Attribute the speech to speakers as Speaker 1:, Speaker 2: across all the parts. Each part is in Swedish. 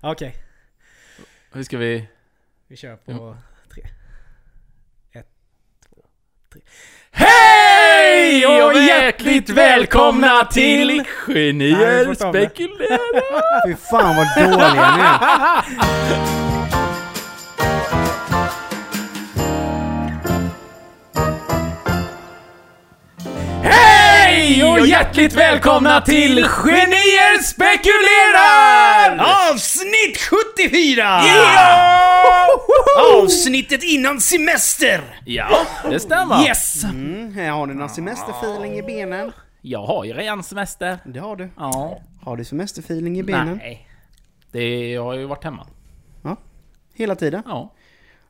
Speaker 1: Okej,
Speaker 2: Hur ska vi...
Speaker 1: vi kör på
Speaker 2: Mm.
Speaker 1: tre. Ett, två, tre.
Speaker 2: Hej
Speaker 1: och hjärtligt välkomna till Nej, vi
Speaker 2: Genier
Speaker 1: får ta om det.
Speaker 2: spekulerar!
Speaker 3: Fy fan vad dåliga ni är.
Speaker 2: Hej och hjärtligt välkomna till Genier spekulerar!
Speaker 1: Avsnitt 74! Avsnittet innan semester!
Speaker 2: Ja, det stämmer.
Speaker 1: Yes!
Speaker 3: Mm, här har du någon semesterfeeling i benen?
Speaker 2: Jag har ju redan semester.
Speaker 3: Det har du.
Speaker 2: Ja.
Speaker 3: Har du semesterfeeling i benen?
Speaker 2: Nej. Det, jag har ju varit hemma.
Speaker 3: Ja. Hela tiden?
Speaker 2: Ja.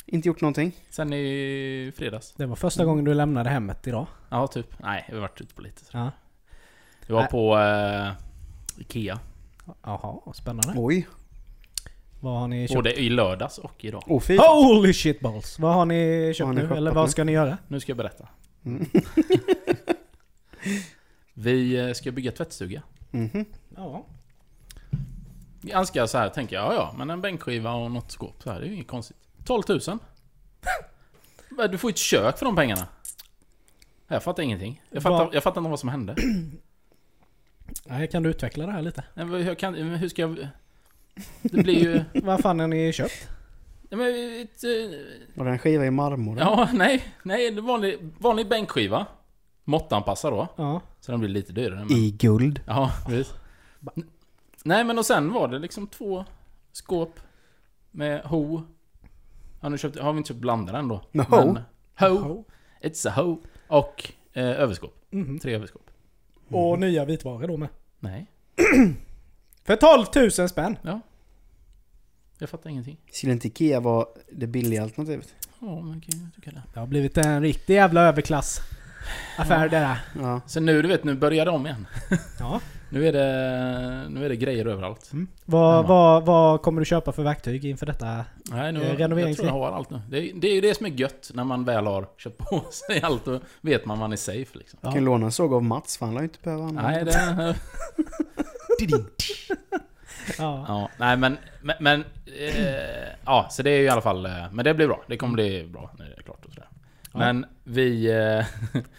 Speaker 3: Inte gjort någonting?
Speaker 2: Sen i fredags.
Speaker 1: Det var första gången du lämnade hemmet idag.
Speaker 2: Ja, typ. Äh. Nej, vi har varit ute på lite. så.
Speaker 1: Ja.
Speaker 2: Vi var
Speaker 1: Nej.
Speaker 2: på eh, Ikea.
Speaker 1: Jaha, spännande.
Speaker 3: Oj.
Speaker 1: Vad har ni köpt?
Speaker 2: Mm. Både i lördags och idag.
Speaker 3: Åh fy.
Speaker 1: Holy shit balls! Vad har ni köpt
Speaker 3: Vad har ni
Speaker 1: nu?
Speaker 3: shoppat
Speaker 1: Eller vad
Speaker 3: nu?
Speaker 1: ska ni göra?
Speaker 2: Nu ska jag berätta. vi eh, ska bygga tvättstuga.
Speaker 3: Mhm.
Speaker 1: Ja.
Speaker 2: Ganska så här tänker jag, ja ja, men en bänkskiva och något skåp så här, det är ju inget konstigt. 12 000. Men Du får ju ett kök för de pengarna. Jag fattar ingenting. Jag fattar,
Speaker 1: Vad-
Speaker 2: jag fattar inte vad som hände.
Speaker 1: Nej, kan du utveckla det här lite?
Speaker 2: Nej, men Jag kan, men hur ska jag... Det blir ju...
Speaker 1: Vad fan har ni köpt?
Speaker 2: Nej, men ett, eh,
Speaker 3: Var det en skiva i marmor?
Speaker 2: Ja, nej. Nej, det är vanlig, vanlig bänkskiva. Måttanpassad då.
Speaker 1: Ja.
Speaker 2: Så den blir lite dyrare. Men...
Speaker 3: I guld.
Speaker 2: Ja, precis. N- Nej, men och sen var det liksom två skåp med ho. Ja, nu köpte, har vi inte köpt blandare än då?
Speaker 3: No.
Speaker 2: Men, ho. It's a ho. Och eh, överskåp.
Speaker 1: Mhm.
Speaker 2: Tre överskåp. Mm.
Speaker 1: Och nya vitvaror då med.
Speaker 2: Nej,
Speaker 1: För 12 000 spänn!
Speaker 2: ja. Jag fattar ingenting.
Speaker 3: Skulle inte Ikea vara det billiga alternativet?
Speaker 2: Ja, men gud, jag tycker det.
Speaker 1: Det har blivit en riktig jävla överklass. Affär det där.
Speaker 3: Ja.
Speaker 2: Så nu, du vet, nu börjar det om igen.
Speaker 1: Ja.
Speaker 2: Nu är det, nu är det grejer överallt.
Speaker 1: Vad,
Speaker 2: Ja.
Speaker 1: vad, vad kommer du köpa för verktyg inför detta?
Speaker 2: Nej, nu,
Speaker 1: Eh,
Speaker 2: jag tror
Speaker 1: renoverings-
Speaker 2: jag har allt nu. Det, är- det är ju det som är gött när man väl har köpt på sig allt. Då vet man man är safe liksom.
Speaker 1: Ja.
Speaker 3: Kan låna en såg av Mats för han lär ju inte behöva använda
Speaker 2: Nej,
Speaker 3: den.
Speaker 2: det...
Speaker 1: Ja.
Speaker 2: Ja, nej men... men, men eh, ja, så det är ju i alla fall... Eh, men det blir bra. Det kommer bli bra när det är klart och sådär. Men vi... Eh,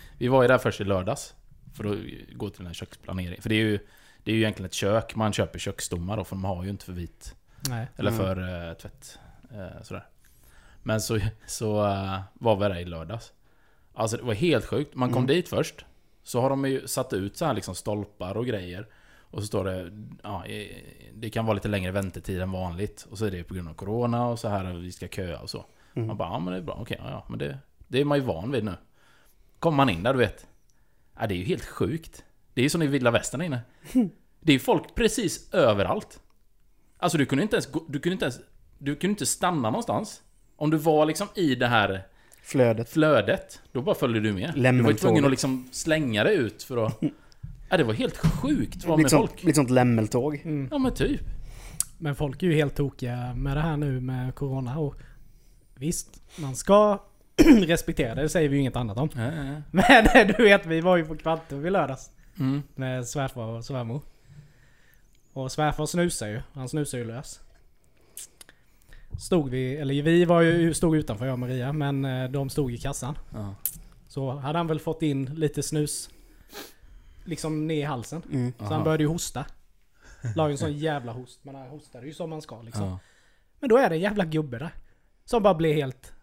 Speaker 2: vi var ju där först i lördags. För att gå till den här köksplaneringen. För det är ju... Det är ju egentligen ett kök. Man köper köksstommar då, för de har ju inte för vit...
Speaker 1: Nej.
Speaker 2: Eller
Speaker 3: Mm.
Speaker 2: för eh, tvätt. Eh, sådär. Men så, så eh, var vi där i lördags. Alltså det var helt sjukt. Man kom dit först. Så har de ju satt ut så här liksom stolpar och grejer. Och så står det... Ja, eh, det kan vara lite längre väntetid än vanligt. Och så är det på grund av Corona och så här och vi ska köa och så. Man bara, ja men det är bra. Okej, ja, ja men det, det är man ju van vid nu. Kommer man in där du vet. Ja, det är ju helt sjukt. Det är ju som i vilda västern här inne. Det är folk precis överallt. Alltså du kunde inte ens gå, du kunde inte ens, du kunde inte stanna någonstans. Om du var liksom i det här
Speaker 3: Flödet.
Speaker 2: flödet, då bara följde du med.
Speaker 3: Lämna
Speaker 2: du var ju tvungen
Speaker 3: tåget.
Speaker 2: att liksom slänga dig ut för att... Ja, det var helt sjukt vad
Speaker 3: Lite
Speaker 2: med
Speaker 3: sånt,
Speaker 2: folk.
Speaker 3: lite sånt lämmeltåg.
Speaker 2: Ja men typ.
Speaker 1: Men folk är ju helt tokiga med det här nu med Corona och Visst, man ska respektera det, det säger vi ju inget annat om.
Speaker 2: Ja, ja, ja.
Speaker 1: Men du vet, vi var ju på Kvantum i lördags.
Speaker 2: Mm.
Speaker 1: Med svärfar och svärmor. Och svärfar snusar ju. Han snusar ju lös. Stod vi, eller vi var ju, stod utanför jag och Maria, men eh, de stod i kassan.
Speaker 2: Ja.
Speaker 1: Så hade han väl fått in lite snus. Liksom ner i halsen.
Speaker 3: Mm.
Speaker 1: Så
Speaker 2: Aha.
Speaker 1: han började ju hosta. La ju en sån jävla host. Man hostade ju som man ska liksom.
Speaker 2: Ja.
Speaker 1: Men då är det en jävla gubbe där. Som bara blir helt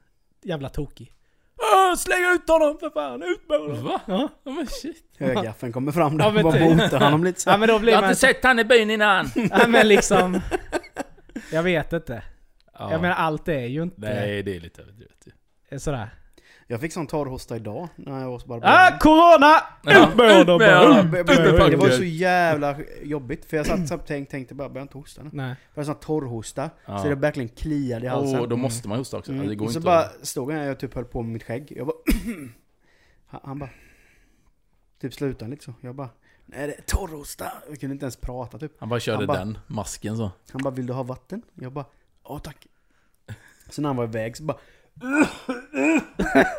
Speaker 1: jävla tokig. Åh, Släng ut honom för fan! Ut med honom!
Speaker 2: Va?
Speaker 1: Ja.
Speaker 2: Ja men shit.
Speaker 3: Högaffeln kommer fram där
Speaker 1: Ja,
Speaker 3: och
Speaker 1: men
Speaker 3: bara
Speaker 1: typ.
Speaker 3: botar honom lite så.
Speaker 1: ja men då blir
Speaker 2: Jag har
Speaker 1: man...
Speaker 2: inte sett han i byn innan.
Speaker 1: Ja men liksom... Jag vet inte.
Speaker 2: Ja.
Speaker 1: Jag menar allt är ju inte
Speaker 2: Nej, det är lite överdrivet ju.
Speaker 1: sådär.
Speaker 3: Jag fick sån torrhosta idag när jag var hos
Speaker 1: Ah,
Speaker 3: barberaren.
Speaker 1: corona!
Speaker 2: Ja,
Speaker 1: Ut med honom!
Speaker 2: ut med
Speaker 1: bara.
Speaker 2: honom.
Speaker 1: Ut
Speaker 3: Det
Speaker 1: med
Speaker 3: var- Det
Speaker 1: honom!
Speaker 3: var så jävla jobbigt för jag satt och tänkte, tänkte bara, börjar jag inte hosta nu?
Speaker 1: Nej.
Speaker 3: För en sån här torrhosta,
Speaker 2: Ja.
Speaker 3: så det verkligen kliade i halsen.
Speaker 2: Åh, då måste man hosta också.
Speaker 3: Mm.
Speaker 2: Alltså, det går
Speaker 3: och så
Speaker 2: inte
Speaker 3: bara
Speaker 2: att...
Speaker 3: stod han jag typ höll på med mitt skägg. Jag bara... han, han bara... Typ slutade lite så. Jag bara... Nej det är torrhosta! Jag kunde inte ens prata typ.
Speaker 2: Han bara körde
Speaker 3: Han bara-
Speaker 2: den masken så.
Speaker 3: Han bara, vill du ha vatten? Jag bara, ja tack. Så när han var iväg så bara...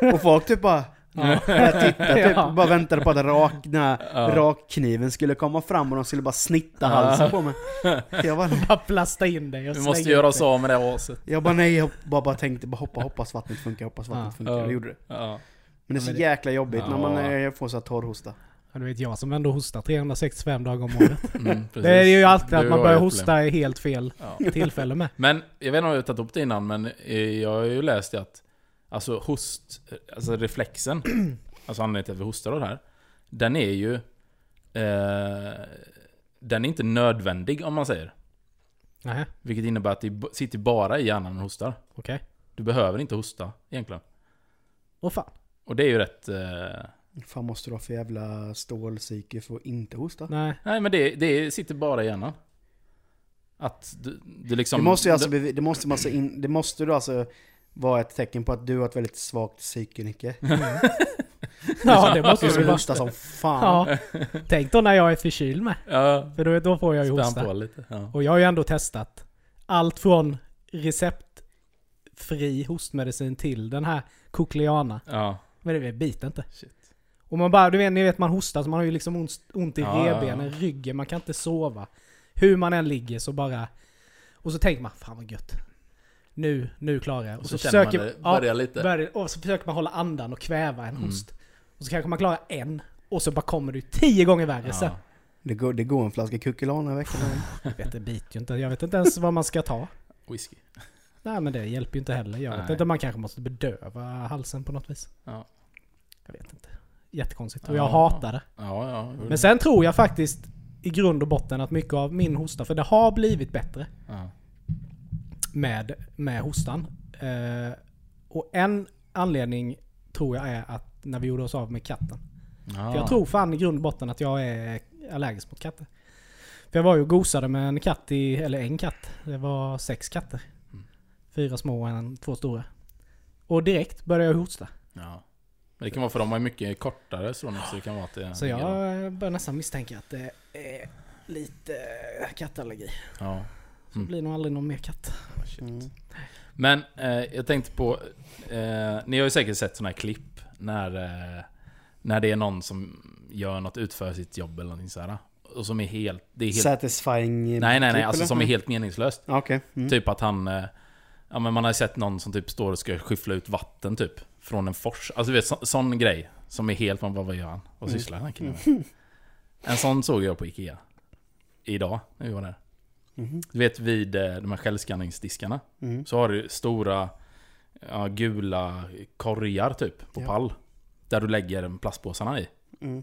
Speaker 3: och folk typ bara...
Speaker 1: Ja.
Speaker 3: Jag tittade typ,
Speaker 1: Ja.
Speaker 3: bara väntade på att rakna,
Speaker 2: Ja.
Speaker 3: rakkniven skulle komma fram och de skulle bara snitta
Speaker 2: Ja.
Speaker 3: halsen på mig. Jag bara,
Speaker 1: Bara plasta in dig och
Speaker 2: Vi måste
Speaker 1: slänga
Speaker 2: göra
Speaker 1: ut
Speaker 2: oss
Speaker 1: dig.
Speaker 2: av med det aset.
Speaker 3: jag bara nej, jag bara, bara tänkte bara hoppa, hoppas vattnet funkar, hoppas vattnet
Speaker 1: Ja.
Speaker 3: funkar.
Speaker 2: Ja.
Speaker 3: Och det gjorde det.
Speaker 2: Ja.
Speaker 3: Men
Speaker 1: Ja,
Speaker 3: det är så
Speaker 1: men det-
Speaker 3: jäkla jobbigt när man
Speaker 2: Ja.
Speaker 3: eh, får så här torrhosta.
Speaker 1: Ja, du vet jag som ändå hostar 365 dagar om året.
Speaker 2: Mm, precis.
Speaker 1: Det är ju alltid
Speaker 2: Du
Speaker 1: att man
Speaker 2: har
Speaker 1: börjar
Speaker 2: ju problem.
Speaker 1: hosta i helt fel
Speaker 2: Ja.
Speaker 1: tillfälle med.
Speaker 2: Men, jag vet inte om jag har tagit upp det innan, men eh, jag har ju läst det att Alltså host, alltså reflexen, alltså anledningen till att vi hostar och det här. Den är ju... Eh, den är inte nödvändig om man säger.
Speaker 1: Nej,
Speaker 2: Vilket innebär att det b- sitter bara i hjärnan och hostar.
Speaker 1: okej.
Speaker 2: Du behöver inte hosta egentligen.
Speaker 1: Åh fan.
Speaker 2: Och det är ju rätt... Eh,
Speaker 3: Fan måste du ha för jävla stålpsyke för att inte hosta?
Speaker 1: Nej.
Speaker 2: nej men det, det sitter bara i hjärnan. Att du, du liksom...
Speaker 3: Det måste, ju alltså, bevi- det, måste man alltså in, det måste du alltså vara ett tecken på att du har ett väldigt svagt psyke Nicke.
Speaker 1: Ja, det måste
Speaker 3: Du
Speaker 1: ju
Speaker 3: skulle
Speaker 1: vara.
Speaker 3: hosta som fan.
Speaker 1: Ja. Tänk då när jag är förkyld med.
Speaker 2: Ja,
Speaker 1: För då, då får jag ju
Speaker 2: spänn på
Speaker 1: hosta.
Speaker 2: lite. Ja.
Speaker 1: Och jag har ju ändå testat allt från receptfri hostmedicin till den här Cochleana.
Speaker 2: ja.
Speaker 1: Men det biter inte.
Speaker 2: Shit.
Speaker 1: Och man bara, du vet, ni vet man hostar så man har ju liksom ont, ont i
Speaker 2: Ja, ja, ja.
Speaker 1: revbenen, ryggen, man kan inte sova. Hur man än ligger så bara... Och så tänker man, fan vad gött. Nu, nu klarar jag.
Speaker 2: Och så, känner man det
Speaker 1: ja,
Speaker 2: börjar lite. Mm.
Speaker 1: börjar- och så försöker man hålla andan och kväva en host. Och så kanske man klarar en. Och så bara kommer du tio gånger värre sen.
Speaker 2: ja.
Speaker 3: Det, går, det går en flaska kukulana i veckan.
Speaker 1: Jag vet, det biter ju inte. Jag vet inte ens vad man ska ta.
Speaker 2: Whisky.
Speaker 1: Nej men det hjälper ju inte heller. Jag vet
Speaker 2: Nej.
Speaker 1: inte, man kanske måste bedöva halsen på något vis.
Speaker 2: Ja.
Speaker 1: Jag vet inte. Jättekonstigt. Och jag
Speaker 2: Ja.
Speaker 1: hatar det.
Speaker 2: Ja, ja. jo.
Speaker 1: Men sen tror jag faktiskt i grund och botten att mycket av min hosta, för det har blivit bättre
Speaker 2: ja.
Speaker 1: med, med hostan. Eh, och en anledning tror jag är att när vi gjorde oss av med katten.
Speaker 2: Ja.
Speaker 1: För jag tror fan i grund och botten att jag är allergisk mot katter. För jag var ju och gosade med en katt, i, eller en katt. Det var sex katter.
Speaker 2: Mm.
Speaker 1: Fyra små och en, två stora. Och direkt började jag hosta.
Speaker 2: Ja. Men det kan vara för de har ju mycket kortare strålning så det kan vara att det...
Speaker 1: Så jag eh, börjar nästan misstänka att det är lite eh, kattallergi.
Speaker 2: Ja.
Speaker 1: Så
Speaker 2: Mm.
Speaker 1: det blir nog aldrig någon mer katt.
Speaker 3: Mm.
Speaker 2: Men eh, jag tänkte på... Eh, ni har ju säkert sett såna här klipp när, eh, när det är någon som gör något, utför sitt jobb eller någonting sådär. Och som är helt... Det är helt
Speaker 3: Satisfying...
Speaker 2: nej, nej, nej.
Speaker 3: klipp,
Speaker 2: Alltså
Speaker 3: eller?
Speaker 2: som är helt meningslöst.
Speaker 3: Ja, Okej. Mm.
Speaker 2: Typ att han... Eh, ja men man har ju sett någon som typ står och ska skyffla ut vatten typ. Från en fors. Alltså du vet, så, sån grej. Som är helt... Man bara, vad gör han? Vad
Speaker 3: Mm.
Speaker 2: sysslar den här killen med? En sån såg jag på Ikea. Idag, när vi var där.
Speaker 3: Mhm.
Speaker 2: Du vet vid eh, de här självskanningsdiskarna.
Speaker 3: Mm.
Speaker 2: Så har du stora ja, gula korgar typ på
Speaker 3: Ja.
Speaker 2: pall. Där du lägger plastpåsarna i.
Speaker 3: Mm.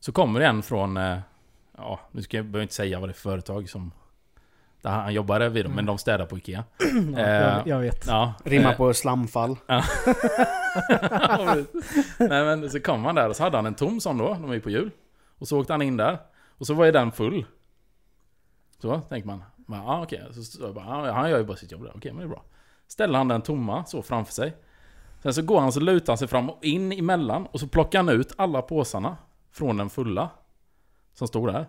Speaker 2: Så kommer det en från, eh, ja nu ska jag behöver inte säga vad det är för företag som där han jobbade vid dem,
Speaker 1: Mm.
Speaker 2: men de städar på Ikea.
Speaker 1: Ja,
Speaker 2: Eh.
Speaker 1: jag, jag vet.
Speaker 2: Ja,
Speaker 3: Rimmar
Speaker 2: eh,
Speaker 3: på slamfall.
Speaker 2: Nej men så kom han där och så hade han en tom sån då, de var ju på jul. Och så åkte han in där. Och så var ju den full. Så tänkte man. Ja ah, okej. Så, så, jag bara, ah, han gör ju bara sitt jobb där. Okej men det är bra. Ställer han den tomma så framför sig. Sen så går han så lutar han sig fram och in emellan. Och så plockar han ut alla påsarna. Från den fulla. Som stod där.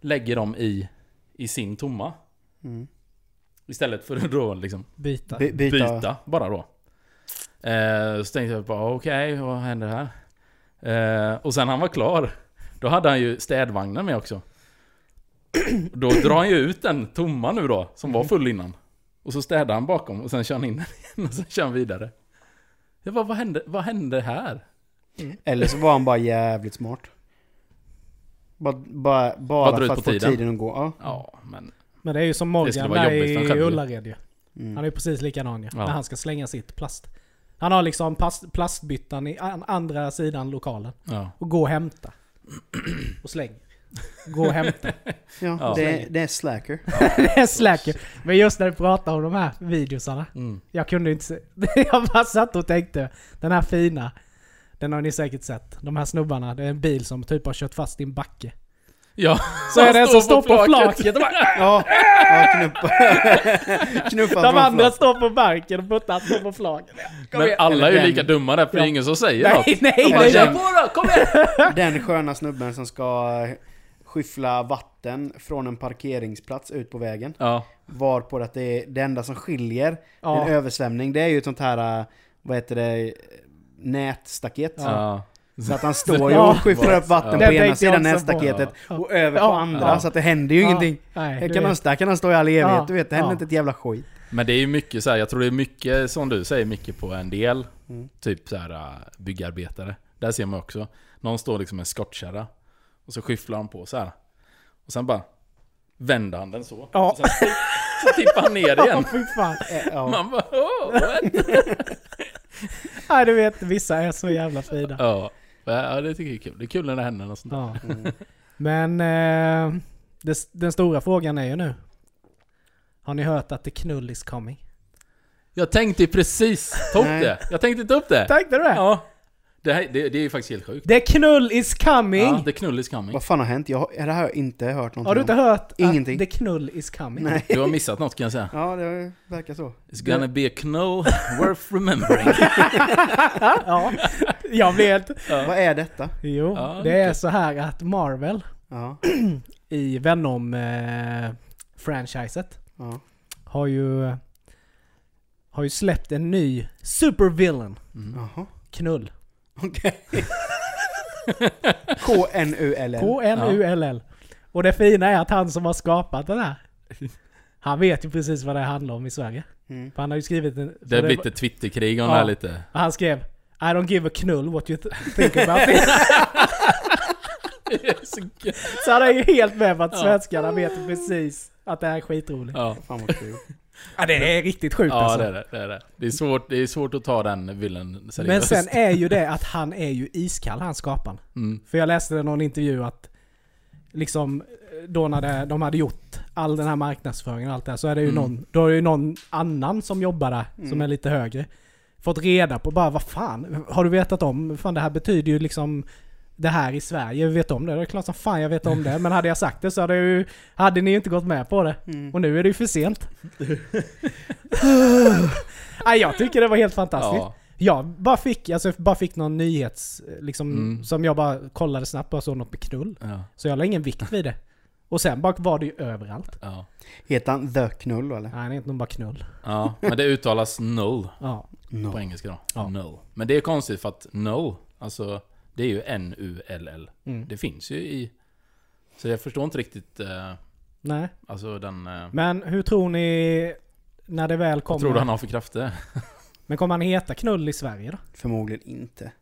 Speaker 2: Lägger dem i, i sin tomma.
Speaker 3: Mm.
Speaker 2: Istället för att då liksom
Speaker 1: Byta.
Speaker 3: By, byta.
Speaker 2: byta, bara då. Eh, så tänkte jag bara okej, vad händer här? Eh, och sen han var klar, då hade han ju städvagnen med också. Då drar han ju ut den tomma nu då, som
Speaker 1: Mm.
Speaker 2: var full innan. Och så städar han bakom och sen kör han in den igen och sen kör han vidare. Jag bara, vad hände, vad hände här?
Speaker 3: Eller så var han bara jävligt smart. Bara, bara,
Speaker 2: Bara dra
Speaker 3: bara
Speaker 2: ut
Speaker 3: för
Speaker 2: på
Speaker 3: att få
Speaker 2: tiden.
Speaker 3: tiden. att gå. Ja.
Speaker 2: Ja, men...
Speaker 1: Men det är ju som
Speaker 2: Det skulle
Speaker 1: Morgan
Speaker 2: vara
Speaker 1: där
Speaker 2: jobbigt för en
Speaker 1: i
Speaker 2: själv ju.
Speaker 1: Ullared ju. Han är ju precis likadan ju.
Speaker 2: Ja.
Speaker 1: När han ska slänga sitt plast. Han har liksom plast, plastbyttan i an, andra sidan lokalen.
Speaker 2: Ja.
Speaker 1: Och gå och hämta. Och släng. Gå och hämta.
Speaker 3: Ja,
Speaker 2: Ja.
Speaker 3: Det, det är slacker.
Speaker 1: det är slacker. Men just när du pratar om de här videosarna.
Speaker 2: Mm.
Speaker 1: Jag kunde inte se. Jag bara satt och tänkte. Den här fina. Den har ni säkert sett. De här snubbarna. Det är en bil som typ har kört fast i en backe.
Speaker 2: ja.
Speaker 1: Så är det en som står på
Speaker 2: flaket.
Speaker 1: flaket. och bara,
Speaker 3: Ja, ja knuffa. knuffa
Speaker 1: De
Speaker 3: från
Speaker 1: andra
Speaker 3: flak.
Speaker 1: står på marken och Buttan står på flaket. Kom
Speaker 2: Men
Speaker 1: igen.
Speaker 2: alla är ju
Speaker 3: Den-
Speaker 2: lika dumma där, för det är ingen som säger något.
Speaker 1: Nej, nej,
Speaker 2: De bara,
Speaker 1: nej.
Speaker 2: "Kör
Speaker 1: nej.
Speaker 2: på då, kom igen!
Speaker 3: Den sköna snubben som ska skyffla vatten från en parkeringsplats ut på vägen.
Speaker 2: Ja.
Speaker 3: Var på att det, är det enda som skiljer
Speaker 1: Ja.
Speaker 3: en översvämning, det är ju ett sånt här, eh, vad heter det, nätstaket.
Speaker 2: Ja.
Speaker 3: Så att han står ju och skyfflar upp vatten
Speaker 1: Ja.
Speaker 3: på
Speaker 1: Det
Speaker 3: ena
Speaker 1: tänkte jag
Speaker 3: sidan
Speaker 1: också på.
Speaker 3: nätstaketet
Speaker 1: Ja.
Speaker 3: och över på
Speaker 1: Ja.
Speaker 3: andra
Speaker 2: Ja.
Speaker 3: så att det händer ju
Speaker 1: Ja.
Speaker 3: ingenting.
Speaker 1: Nej,
Speaker 3: Här
Speaker 1: du
Speaker 3: kan, man,
Speaker 1: vet.
Speaker 3: där kan han stå i all evighet,
Speaker 1: Ja.
Speaker 3: du vet. Det händer
Speaker 1: Ja.
Speaker 3: inte ett jävla skit.
Speaker 2: Men det är ju mycket så här, jag tror det är mycket som du säger mycket på en del.
Speaker 3: Mm.
Speaker 2: Typ så här äh, byggarbetare. Där ser man också. Någon står liksom med en skottkärra. Och så skyfflar han på så här. Och sen bara vänder han den så.
Speaker 1: Ja.
Speaker 2: Och sen, så tippar han ner
Speaker 1: Ja,
Speaker 2: igen.
Speaker 1: fy fan.
Speaker 3: Eh, Ja.
Speaker 2: Man bara oh, what?
Speaker 1: Nej, du vet, vissa är så jävla fina.
Speaker 2: ja. ja, det tycker jag är kul. Det är kul när det händer något sånt där.
Speaker 1: Ja.
Speaker 3: Mm.
Speaker 1: Men eh, det, den stora frågan är ju nu. Har ni hört att the knull is coming?
Speaker 2: Jag tänkte ju precis ta upp
Speaker 3: Nej.
Speaker 2: det. Jag tänkte ta upp det.
Speaker 1: Tänkte du det?
Speaker 2: Ja. Det, här, det, det är ju faktiskt helt sjukt.
Speaker 1: The knull is coming!
Speaker 2: Ja, det knull is coming.
Speaker 3: Vad fan har hänt? Jag, har- det här har jag inte hört någonting
Speaker 1: Har du inte
Speaker 3: om.
Speaker 1: hört
Speaker 3: Ingenting.
Speaker 1: att the knull is coming?
Speaker 3: Nej.
Speaker 2: Du har missat något kan jag säga.
Speaker 3: Ja, det verkar så.
Speaker 2: It's gonna be a knull worth remembering.
Speaker 1: Ja, jag vet.
Speaker 3: Vad är detta?
Speaker 1: Jo,
Speaker 2: Ja,
Speaker 1: det är
Speaker 2: okej.
Speaker 1: så här att Marvel
Speaker 3: Ja.
Speaker 1: i Venom-franchiset
Speaker 3: ja.
Speaker 1: har ju har ju släppt en ny supervillain
Speaker 2: Mm.
Speaker 3: Jaha.
Speaker 1: knull.
Speaker 3: Okej. K-N-U-L-L.
Speaker 1: K-N-U-L-L. Och det fina är att han som har skapat den här, han vet ju precis vad det handlar om i Sverige.
Speaker 3: Mm.
Speaker 1: För han har ju skrivit en...
Speaker 2: Det har blivit ett twitterkrig om det här
Speaker 1: Ja.
Speaker 2: lite.
Speaker 1: Han skrev I don't give a knull what you th- think about it. Så han är ju helt med på att
Speaker 2: Ja.
Speaker 1: svenskarna vet ju precis att det här är skitroligt.
Speaker 2: Ja,
Speaker 3: Fan vad kul.
Speaker 1: Ja, det är riktigt sjukt
Speaker 2: ja
Speaker 1: alltså.
Speaker 2: det, är det, det är det. Det är svårt, det är svårt att ta den villen seriöst.
Speaker 1: Men sen är ju det att han är ju iskall, han skaparen.
Speaker 2: Mm.
Speaker 1: För jag läste i någon intervju att liksom då när det, de hade gjort all den här marknadsföringen och allt det här så är det ju
Speaker 2: Mm.
Speaker 1: någon, då är det ju någon annan som jobbar där som är lite högre. Fått reda på bara vad fan, har du vetat om, fan det här betyder ju liksom det här i Sverige, vi vet om det. Det är klart som fan jag vet om det. Men hade jag sagt det så hade, jag ju, hade ni ju inte gått med på det.
Speaker 2: Mm.
Speaker 1: Och nu är det ju för sent. Nej, jag tycker det var helt fantastiskt.
Speaker 2: Ja.
Speaker 1: Jag bara fick, alltså, jag bara fick någon nyhets, liksom,
Speaker 2: Mm.
Speaker 1: som jag bara kollade snabbt och såg något med knull.
Speaker 2: Ja,
Speaker 1: Så jag la ingen vikt vid det. Och sen bara var det ju överallt.
Speaker 2: ja.
Speaker 3: Heter han The Knull eller?
Speaker 1: Nej, det är inte någon bara knull.
Speaker 2: ja, men det uttalas null
Speaker 1: Ja.
Speaker 3: No.
Speaker 2: på engelska då.
Speaker 1: Ja.
Speaker 2: Null. Men det är konstigt för att null, alltså det är ju N-U-L-L.
Speaker 1: Mm.
Speaker 2: Det finns ju i... Så jag förstår inte riktigt, eh,
Speaker 1: Nej.
Speaker 2: alltså den... Eh,
Speaker 1: Men hur tror ni när det väl
Speaker 2: vad tror du
Speaker 1: kommer?
Speaker 2: han har för krafter?
Speaker 1: Men kommer han heta knull i Sverige då?
Speaker 3: Förmodligen inte.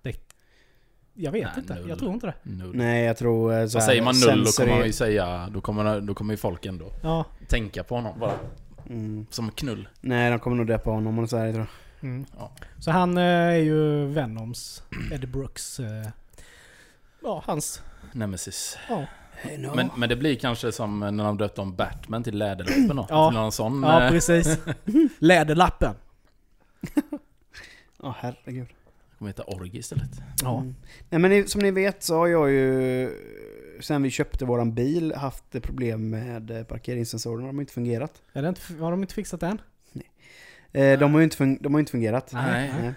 Speaker 1: Jag vet
Speaker 2: Nej,
Speaker 1: inte.
Speaker 2: null.
Speaker 1: Jag tror inte det.
Speaker 2: Null.
Speaker 3: Nej, jag tror eh, så
Speaker 2: Så
Speaker 3: här,
Speaker 2: säger man null då
Speaker 3: sensory-
Speaker 2: kommer man ju säga, då kommer, då kommer ju folk ändå
Speaker 1: Ja.
Speaker 2: tänka på honom bara.
Speaker 3: mm.
Speaker 2: Som knull.
Speaker 3: Nej, de kommer nog döpa honom och så här, jag tror.
Speaker 2: Ja.
Speaker 1: Så han eh, är ju Venoms, Eddie Brooks, eh, ja hans,
Speaker 2: Nemesis.
Speaker 1: ja.
Speaker 3: Hey, no.
Speaker 2: Men, men det blir kanske som när de döpte om Batman till Läderlappen då?
Speaker 1: Ja.
Speaker 2: Till någon sån...
Speaker 1: Ja
Speaker 2: eh,
Speaker 1: precis. Läderlappen.
Speaker 3: Ja, herregud.
Speaker 2: kommer heta Orgi istället.
Speaker 1: Ja.
Speaker 3: Mm. Nej men ni- som ni vet så har jag ju sen vi köpte våran bil haft eh, problem med eh, parkeringssensorerna. De har inte fungerat.
Speaker 1: Är det inte, har de inte fixat det än?
Speaker 3: Eh, de, har ju inte fun- de har ju inte fungerat.
Speaker 2: Nej.
Speaker 3: Nej.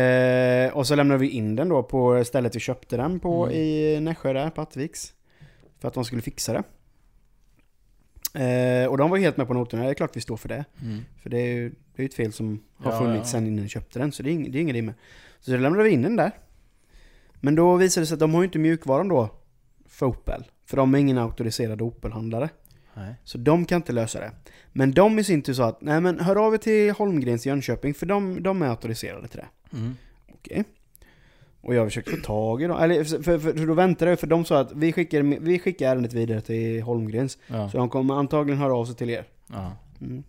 Speaker 3: Eh, och så lämnade vi in den då på stället vi köpte den på
Speaker 2: Mm.
Speaker 3: i Nässjö där, på Attviks. För att de skulle fixa det. Eh, och de var ju helt med på noterna, det är klart vi står för det.
Speaker 2: Mm.
Speaker 3: För det är ju det är ju ett fel som har
Speaker 2: Ja,
Speaker 3: funnits
Speaker 2: ja.
Speaker 3: sen innan vi köpte den, så det är, ing- det är ingen idé med. Så då lämnade vi in den där. Men då visade det sig att de har ju inte mjukvaran då för Opel. För de är ingen auktoriserad Opel-handlare.
Speaker 2: Nej.
Speaker 3: Så de kan inte lösa det. Men de i sin tur sa att nej men hör av er till Holmgrens i Jönköping för de, de är auktoriserade till det.
Speaker 2: Mm.
Speaker 3: Okej. Och jag försökte få tag i dem. Eller för, för, för då väntade jag för de sa att vi skickar, vi skickar ärendet vidare till Holmgrens.
Speaker 2: Ja.
Speaker 3: Så de kommer antagligen höra av sig till er.
Speaker 2: ja.
Speaker 3: Mm.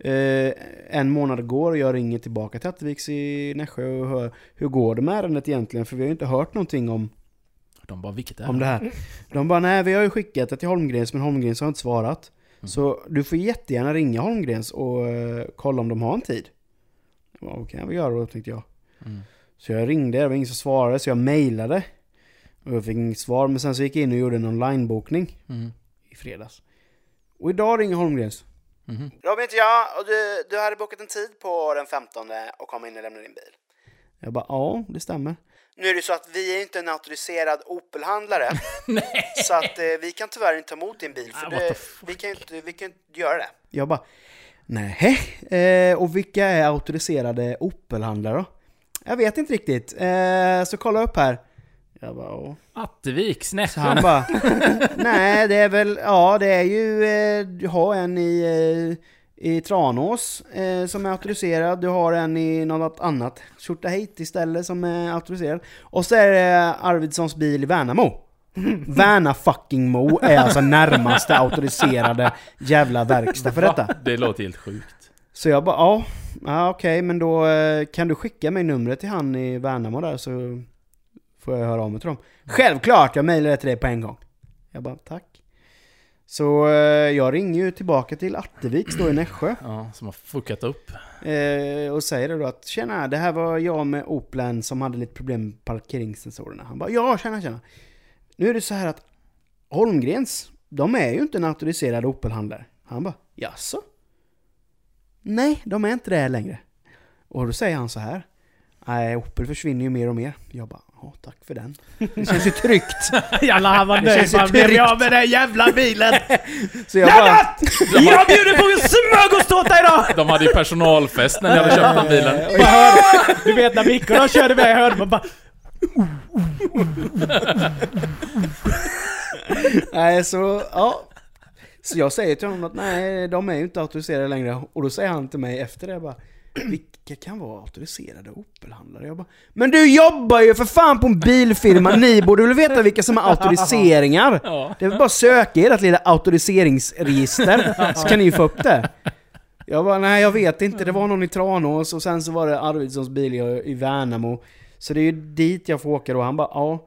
Speaker 3: Eh, en månad går och jag ringer tillbaka till Attviks i Nässjö och hör hur går det med ärendet egentligen? För vi har ju inte hört någonting om,
Speaker 2: De bara, vilket är
Speaker 3: om det här. De bara nej vi har ju skickat det till Holmgrens men Holmgrens har inte svarat.
Speaker 2: Mm.
Speaker 3: Så du får jättegärna ringa Holmgrens och eh, kolla om de har en tid. Jag bara, Vad kan vi göra då tänkte jag.
Speaker 2: Mm.
Speaker 3: Så jag ringde, det var ingen som svarade så jag mejlade. Och jag fick inget svar men sen så gick jag in och gjorde en onlinebokning
Speaker 2: Mm.
Speaker 3: i fredags. Och idag ringer Holmgrens.
Speaker 2: Mhm.
Speaker 3: Robin heter jag och du, du hade bokat en tid på den 15 och kom in och lämnade din bil. Jag bara, ja det stämmer. Nu är det ju så att vi är ju inte en auktoriserad Opel-handlare. så att eh, vi kan tyvärr inte ta emot din bil för det, vi, kan ju inte, vi kan ju inte göra det. Jag bara, nej. Eh, och vilka är auktoriserade Opel-handlare då? Jag vet inte riktigt. Eh, så kolla upp här. Jag bara, åh.
Speaker 2: Attevik,
Speaker 3: Så han
Speaker 2: snäppen.
Speaker 3: bara, nej det är väl, ja det är ju, eh, du har en i, eh, i Tranås eh, som är auktoriserad, du har en i något annat Tjortahejt istället som är auktoriserad. Och så är det Arvidssons bil i Värnamo. Värna fucking Mo är alltså närmaste auktoriserade jävla verkstad för detta.
Speaker 2: Va? Det låter helt sjukt.
Speaker 3: Så jag bara, ja, ja okej, men då eh, kan du skicka mig numret till han i Värnamo där så får jag höra av mig till dem. Självklart, jag mejlar det till dig på en gång. Jag bara, tack. Så eh, jag ringer ju tillbaka till Atteviks då i Nässjö
Speaker 2: Ja, som har fuckat upp.
Speaker 3: eh, och säger då att tjena, det här var jag med Oplan som hade lite problem med parkeringssensorerna. Han bara, ja tjena tjena. Nu är det så här att Holmgrens, de är ju inte en auktoriserad Opelhandlare. Han bara, jaså? Nej, de är inte det längre. Och då säger han så här. Nej, Opel försvinner ju mer och mer. Jag bara, ja tack för den. Det känns ju tryggt.
Speaker 1: Jävlar han var nöjd.
Speaker 3: känns ju
Speaker 1: Man blev
Speaker 3: tryggt.
Speaker 1: jag med den jävla bilen.
Speaker 3: Så jag bara,
Speaker 1: Lennart! Jag bjuder på en smörgåstårta idag!
Speaker 2: De hade ju personalfest när ni hade köpt den bilen.
Speaker 1: Och jag hörde, Ah! du vet när Micke och de körde med, jag hörde man bara...
Speaker 3: Nej, så ja. Så jag säger till honom att nej, de är ju inte auktoriserade längre. Och då säger han till mig efter det bara vilka kan vara auktoriserade Opelhandlare? Jag bara, men du jobbar ju för fan på en bilfirma, ni borde väl veta vilka som har auktoriseringar?
Speaker 2: Ja.
Speaker 3: Det är väl bara att söka i ert lilla auktoriseringsregister, så kan ni ju få upp det. Jag bara, nej jag vet inte, det var någon i Tranås och sen så var det Arvidssons bil i- i Värnamo. Så det är ju dit jag får åka då. Han bara, ja.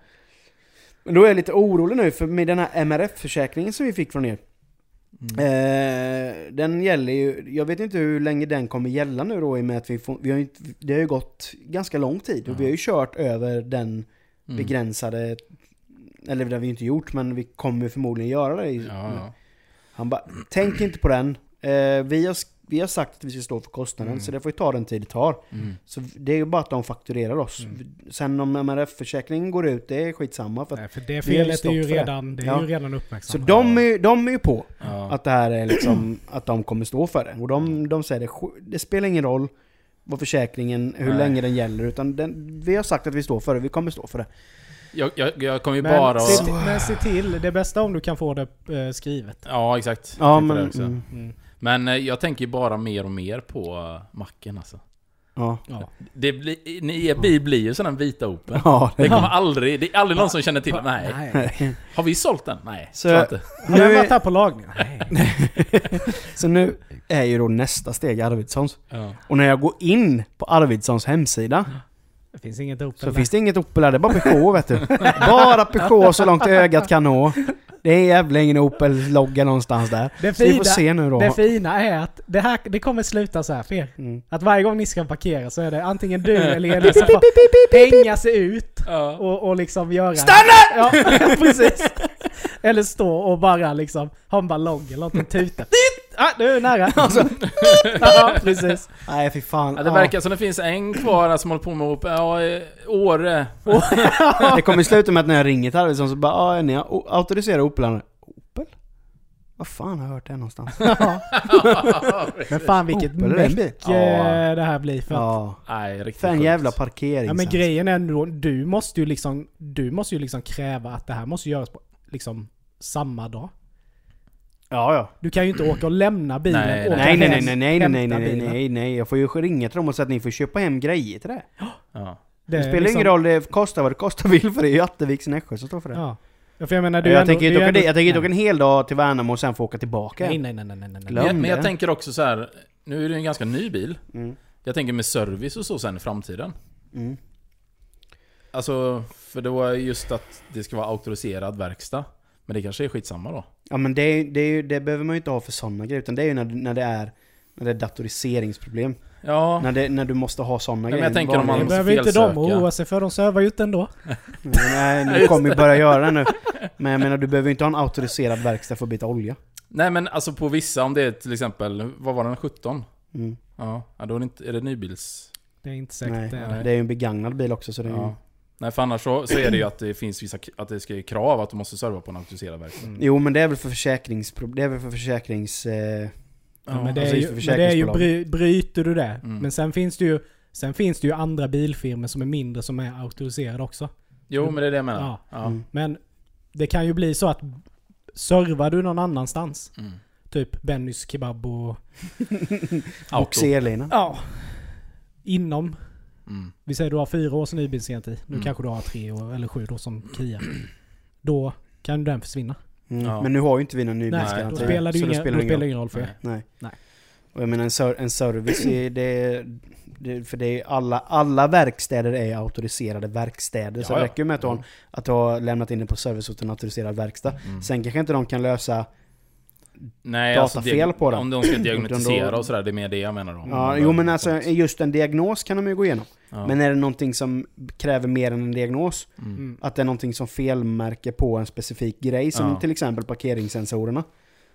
Speaker 3: Men då är jag lite orolig nu för med den här MRF-försäkringen som vi fick från er. Eh, den gäller ju, jag vet inte hur länge den kommer gälla nu då i och med att vi, får, vi har ju, inte- det har ju gått ganska lång tid och vi har ju kört över den begränsade, eller det har vi ju inte gjort men vi kommer förmodligen göra det. i-
Speaker 2: Ja, ja.
Speaker 3: Han bara, tänk inte på den. Eh, vi, har, vi har sagt att vi ska stå för kostnaden så det får ju ta den tid det tar. Så det är ju bara att de fakturerar oss. Sen om MRF-försäkringen går ut, det är skitsamma. För att
Speaker 1: Nej, för det
Speaker 3: Vi har ju
Speaker 1: felet är ju
Speaker 3: stått för det.
Speaker 1: redan, det är
Speaker 3: Ja.
Speaker 1: ju redan
Speaker 3: Så
Speaker 1: uppmärksammat.
Speaker 3: de är, ju- de är ju på
Speaker 2: Ja.
Speaker 3: att det här är liksom, att de kommer stå för det. Och de, de säger det, "Sk- det spelar ingen roll vad försäkringen, hur
Speaker 2: Nej.
Speaker 3: länge den gäller, utan den, vi har sagt att vi står för det, vi kommer stå för det.
Speaker 2: Jag, jag, jag kommer ju
Speaker 1: men,
Speaker 2: bara
Speaker 1: se,
Speaker 2: att...
Speaker 1: till- men se till, det bästa om du kan få det eh, skrivet.
Speaker 2: Ja, exakt.
Speaker 3: Ja,
Speaker 2: Jag tänkte det
Speaker 3: men,
Speaker 2: också.
Speaker 3: mm,
Speaker 2: Men eh, jag tänker ju bara mer och mer på eh, macken alltså.
Speaker 3: ja.
Speaker 1: Ja.
Speaker 2: Det blir, ni är, vi blir ju sådana vita Opel.
Speaker 3: ja
Speaker 2: Det
Speaker 3: det,
Speaker 2: kommer aldrig, det är aldrig någon som känner till Nej. Har vi sålt den? Nej,
Speaker 3: Så-
Speaker 2: tror jag inte.
Speaker 1: Har den
Speaker 3: Nu-
Speaker 1: varit här på lagning? Nej.
Speaker 3: så nu är ju då nästa steg Arvidssons.
Speaker 2: Ja.
Speaker 3: Och när jag går in på Arvidssons hemsida
Speaker 1: Det finns inget Opel
Speaker 3: så
Speaker 1: där.
Speaker 3: finns det inget Opel där, det är bara Peugeot vet du. Bara Peugeot så långt ögat kan nå. Det är jävla ingen Opel-logga någonstans där.
Speaker 1: Det
Speaker 3: Så vi
Speaker 1: fina-
Speaker 3: får se nu då.
Speaker 1: Det fina är att det, här, det kommer sluta så här för er.
Speaker 3: Mm.
Speaker 1: Att varje gång ni ska parkera så är det antingen du eller Elin som bara pengar sig ut
Speaker 2: Ja.
Speaker 1: och, och liksom göra... Stanna! Ja, precis. Eller stå och bara liksom ha en ballong eller något och tuta. Ah, nu är det nära. ja, precis.
Speaker 3: Nej fy fan.
Speaker 2: Ja, det
Speaker 3: Ja.
Speaker 2: verkar som det finns en kvar här som håller på med Opel. Ja, eh, Åre.
Speaker 3: Det kommer sluta med att när jag ringer till Arvidsson så bara ah, är ni au- auktoriserade Opelarna? Opel? Vad fan har jag hört det någonstans?
Speaker 1: Men fan vilket
Speaker 3: Opel är det en
Speaker 1: meck
Speaker 3: bil?
Speaker 1: eh,
Speaker 2: Ja.
Speaker 1: det här blir för att...
Speaker 3: Ja.
Speaker 2: Nej, riktigt
Speaker 3: För en
Speaker 2: sjukt.
Speaker 3: jävla
Speaker 1: Ja,
Speaker 3: parkering.
Speaker 1: men grejen är ändå, du måste ju liksom, du måste ju liksom kräva att det här måste göras på liksom samma dag.
Speaker 3: ja, ja.
Speaker 1: Du kan ju inte åka och lämna bilen
Speaker 2: Nej,
Speaker 1: åka
Speaker 3: Nej, nej, nej,
Speaker 1: hem,
Speaker 3: nej, nej, nej, nej,
Speaker 1: hämta
Speaker 3: nej,
Speaker 1: bilen.
Speaker 3: nej, nej. Jag får ju ringa till dem och säga att ni får köpa hem grejer till det.
Speaker 2: Ja.
Speaker 1: Det,
Speaker 3: Det
Speaker 1: är
Speaker 3: spelar
Speaker 1: liksom-
Speaker 3: ingen roll, det kostar vad det kostar vill för det är ju Atterviks i Nässjö som står för det.
Speaker 1: Ja. ja, för jag menar du
Speaker 3: jag
Speaker 1: är ändå-
Speaker 3: tänker
Speaker 1: du
Speaker 3: inte
Speaker 1: är
Speaker 3: åka
Speaker 1: ändå-
Speaker 3: dit- jag tänker inte åka
Speaker 1: nej.
Speaker 3: en hel dag till Värnamo och sen få åka tillbaka.
Speaker 1: Nej, nej, nej, nej, nej, nej.
Speaker 3: Glöm
Speaker 2: Men, men jag
Speaker 3: det.
Speaker 2: tänker också så här. Nu är det ju en ganska ny bil.
Speaker 3: Mm.
Speaker 2: Jag tänker med service och så sen i framtiden.
Speaker 3: Mm.
Speaker 2: Alltså, för det var just att det ska vara auktoriserad verkstad. Men det kanske är skitsamma då.
Speaker 3: Ja men det, är, ju- det, är, ju- det behöver man ju inte ha för sådana grejer, utan det är ju när, när det är när det är datoriseringsproblem.
Speaker 2: Ja,
Speaker 3: När, det, när du måste ha sådana
Speaker 2: men
Speaker 3: grejer.
Speaker 2: jag tänker om man-
Speaker 1: Det
Speaker 2: måste
Speaker 1: behöver inte de
Speaker 2: felsöka.
Speaker 1: oroa sig för, de servar ju ut ändå.
Speaker 3: Nej, nu kommer ju börja göra det nu. Men jag menar, du behöver ju inte ha en auktoriserad verkstad för att byta olja.
Speaker 2: Nej men alltså på vissa, om det är till exempel, vad var den, 17?
Speaker 3: Mm.
Speaker 2: Ja, ja, då är det, inte, är det nybils...
Speaker 1: Det är inte säkert
Speaker 3: Nej,
Speaker 1: det.
Speaker 3: det är ju en begagnad bil också så det är ju...
Speaker 2: Ja. Nej för annars så, så är det ju att det finns vissa, att det ska ju krav att du måste serva på en auktoriserad verkstad.
Speaker 3: Jo men det är väl för försäkringsproblem, det är väl för försäkrings... Eh,
Speaker 1: Ja, men det
Speaker 3: alltså
Speaker 1: är ju,
Speaker 3: för
Speaker 1: men det är ju
Speaker 3: försäkringsbolag.
Speaker 1: bry,
Speaker 3: Mm.
Speaker 1: bryter du det. Men sen finns det ju Sen finns det ju andra bilfirmor som är mindre som är auktoriserade också.
Speaker 2: Jo, men det är det jag menar.
Speaker 1: Ja.
Speaker 2: Ja.
Speaker 3: mm.
Speaker 1: Men det kan ju bli så att servar du någon annanstans,
Speaker 2: Mm.
Speaker 1: typ Bennys kebab och...
Speaker 2: Auto.
Speaker 3: Boxerlina.
Speaker 1: Ja. Inom.
Speaker 2: Mm.
Speaker 1: Vi säger du har fyra års nybilsgaranti. Nu
Speaker 3: Mm.
Speaker 1: kanske du har tre år, eller sju då som Kia. Då kan ju den försvinna.
Speaker 3: Mm.
Speaker 2: Ja.
Speaker 3: Men nu har ju inte vi någon
Speaker 1: Nej, då
Speaker 3: nybilsgaranti.
Speaker 1: spelar det ju
Speaker 3: så då
Speaker 1: ingen,
Speaker 3: spelar
Speaker 1: då
Speaker 3: det
Speaker 1: spelar
Speaker 3: ingen
Speaker 1: det
Speaker 3: roll.
Speaker 1: ingen roll för er.
Speaker 2: Nej.
Speaker 3: Nej.
Speaker 1: Nej.
Speaker 3: Och jag menar en, ser- en service,
Speaker 1: Mm.
Speaker 3: är, det, är- det, för det är alla, alla verkstäder är auktoriserade verkstäder. så
Speaker 2: Ja,
Speaker 3: det
Speaker 2: ja. Mm.
Speaker 3: räcker ju med att, hon, att du har lämnat in det på service hos en auktoriserad verkstad. Sen kanske inte de kan lösa...
Speaker 2: Nej, alltså,
Speaker 3: Datafel
Speaker 2: diag-
Speaker 3: på den.
Speaker 2: Om de ska
Speaker 3: Utan
Speaker 2: diagnostisera
Speaker 3: då-
Speaker 2: och sådär, det är mer det jag menar då.
Speaker 3: Ja, jo men alltså just en diagnos kan de ju gå igenom.
Speaker 2: Ja.
Speaker 3: Men är det någonting som kräver mer än en diagnos?
Speaker 1: Mm.
Speaker 3: Att det är någonting som felmärker på en specifik grej, som
Speaker 2: Ja.
Speaker 3: till exempel parkeringssensorerna.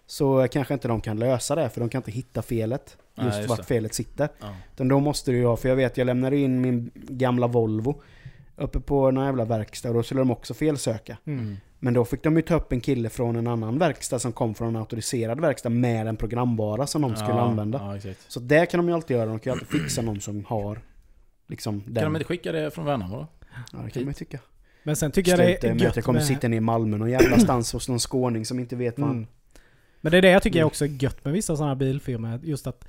Speaker 3: Så kanske inte de kan lösa det, för de kan inte hitta felet.
Speaker 2: Nej,
Speaker 3: Just,
Speaker 2: just
Speaker 3: vart
Speaker 2: det.
Speaker 3: felet sitter.
Speaker 2: Ja.
Speaker 3: Utan då måste du ju ha, för jag vet jag lämnade in min gamla Volvo uppe på någon jävla verkstad och då skulle de också felsöka.
Speaker 2: Mm.
Speaker 3: Men då fick de ju ta upp en kille från en annan verkstad som kom från en auktoriserad verkstad med en programvara som de skulle
Speaker 2: ja,
Speaker 3: använda.
Speaker 2: Ja, exakt.
Speaker 3: Så det kan de ju alltid göra, de kan ju alltid fixa någon som har liksom den.
Speaker 2: Kan de inte skicka det från Värnamo då?
Speaker 3: ja, det kan man ju tycka.
Speaker 1: Men sen tycker jag det
Speaker 3: Sluta
Speaker 1: är
Speaker 3: med att jag
Speaker 1: gött
Speaker 3: kommer
Speaker 1: med,
Speaker 3: sitta nere i Malmö någon jävla stans hos någon skåning som inte vet vad
Speaker 1: mm.
Speaker 3: han...
Speaker 1: Men det är det jag
Speaker 2: Mm.
Speaker 1: tycker är också gött med vissa sådana här bilfirmor. Just att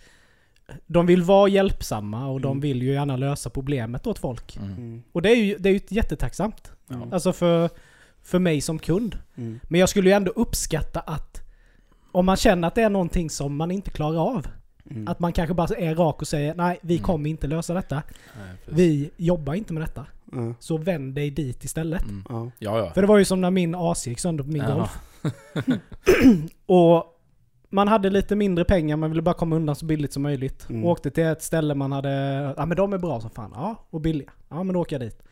Speaker 1: de vill vara hjälpsamma och
Speaker 2: Mm.
Speaker 1: de vill ju gärna lösa problemet åt folk.
Speaker 3: Mm.
Speaker 1: Och det är ju, det är ju jättetacksamt.
Speaker 2: Ja.
Speaker 1: Alltså för, för mig som kund.
Speaker 3: Mm.
Speaker 1: Men jag skulle ju ändå uppskatta att om man känner att det är någonting som man inte klarar av.
Speaker 3: Mm.
Speaker 1: Att man kanske bara är rak och säger nej, vi kommer inte lösa detta.
Speaker 2: Nej, Mm. precis.
Speaker 1: Vi jobbar inte med detta.
Speaker 3: Ja.
Speaker 1: Så vänd dig dit istället.
Speaker 2: Mm.
Speaker 3: Ja.
Speaker 2: Ja, ja.
Speaker 1: För det var ju som när min AC gick sönder på min
Speaker 2: Ja.
Speaker 1: Golf. och man hade lite mindre pengar, man ville bara komma undan så billigt som möjligt.
Speaker 3: Mm.
Speaker 1: Åkte till ett ställe man hade, ja men de är bra som fan, ja och billiga. Ja men då åker jag dit.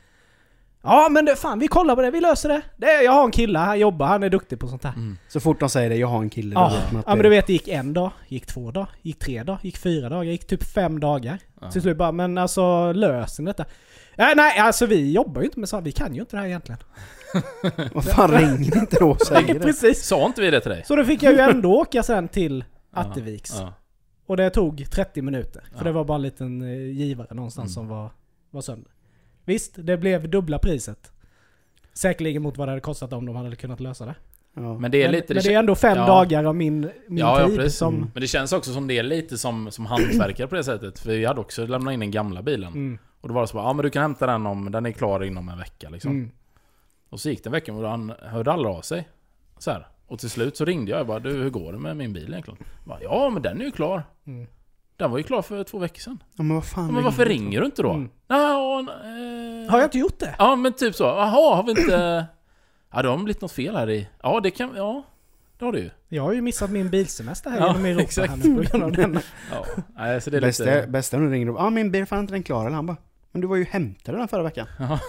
Speaker 1: Ja men det, fan vi kollar på det, vi löser det. det jag har en kille, han jobbar, han är duktig på sånt här.
Speaker 3: Så fort de säger Mm, det, jag har en kille. då
Speaker 1: Ja,
Speaker 3: vet man att
Speaker 1: ja men
Speaker 3: det-
Speaker 1: du vet det gick en dag, gick två dagar, gick tre dagar, gick fyra dagar, gick typ fem dagar. Till slut bara, men alltså löser ni detta? Nej nej alltså vi jobbar ju inte med sånt, vi kan ju inte det här egentligen.
Speaker 3: Vad fan ringer inte då och säger
Speaker 1: Nej
Speaker 3: det?
Speaker 1: precis.
Speaker 2: Sa inte vi det till dig?
Speaker 1: Så då fick jag ju ändå åka sen till Atterviks.
Speaker 2: Ja.
Speaker 1: Och det tog 30 minuter. För
Speaker 2: Ja.
Speaker 1: det var bara en liten eh, givare någonstans
Speaker 3: Mm.
Speaker 1: som var, var sönder. Visst, det blev dubbla priset. Säkerligen mot vad det hade kostat om de hade kunnat lösa det.
Speaker 3: Ja.
Speaker 2: Men det är
Speaker 1: men,
Speaker 2: lite...
Speaker 1: men det är ändå fem
Speaker 2: ja.
Speaker 1: dagar av min, min
Speaker 2: Ja, ja,
Speaker 1: tid
Speaker 2: precis. Mm.
Speaker 1: som...
Speaker 2: Men det känns också som det är lite som, som hantverkare på det sättet. För vi hade också lämnat in den gamla bilen.
Speaker 1: Mm.
Speaker 2: Och då var det så bara, ja men du kan hämta den om den är klar inom en vecka liksom.
Speaker 1: Mm.
Speaker 2: Och så gick det en vecka och han hörde aldrig av sig. Så här. Och till slut så ringde jag och bara, du hur går det med min bil egentligen? Jag Bara, ja men den är ju klar.
Speaker 1: Mm.
Speaker 2: Den var ju klar för två veckor sedan.
Speaker 3: Ja, men vad fan
Speaker 2: Ja, men
Speaker 3: ringer
Speaker 2: varför
Speaker 3: de?
Speaker 2: ringer du inte då?
Speaker 1: Mm.
Speaker 2: Ja, och, eh,
Speaker 1: Har jag inte gjort det?
Speaker 2: Ja men typ så, jaha har vi inte... Ja det har blivit något fel här i... Ja det kan... Ja. Det har du ju.
Speaker 1: Jag har ju missat min bilsemester här
Speaker 2: Ja,
Speaker 1: genom Europa här
Speaker 2: exakt.
Speaker 1: nu på grund av denna.
Speaker 2: Ja. Nej, så det är
Speaker 3: Bästa,
Speaker 2: lite...
Speaker 3: bästa när du ringer upp. Ja min bil är fan inte den klar eller? Han bara. Men du var ju och hämtade den förra veckan.
Speaker 2: Ja.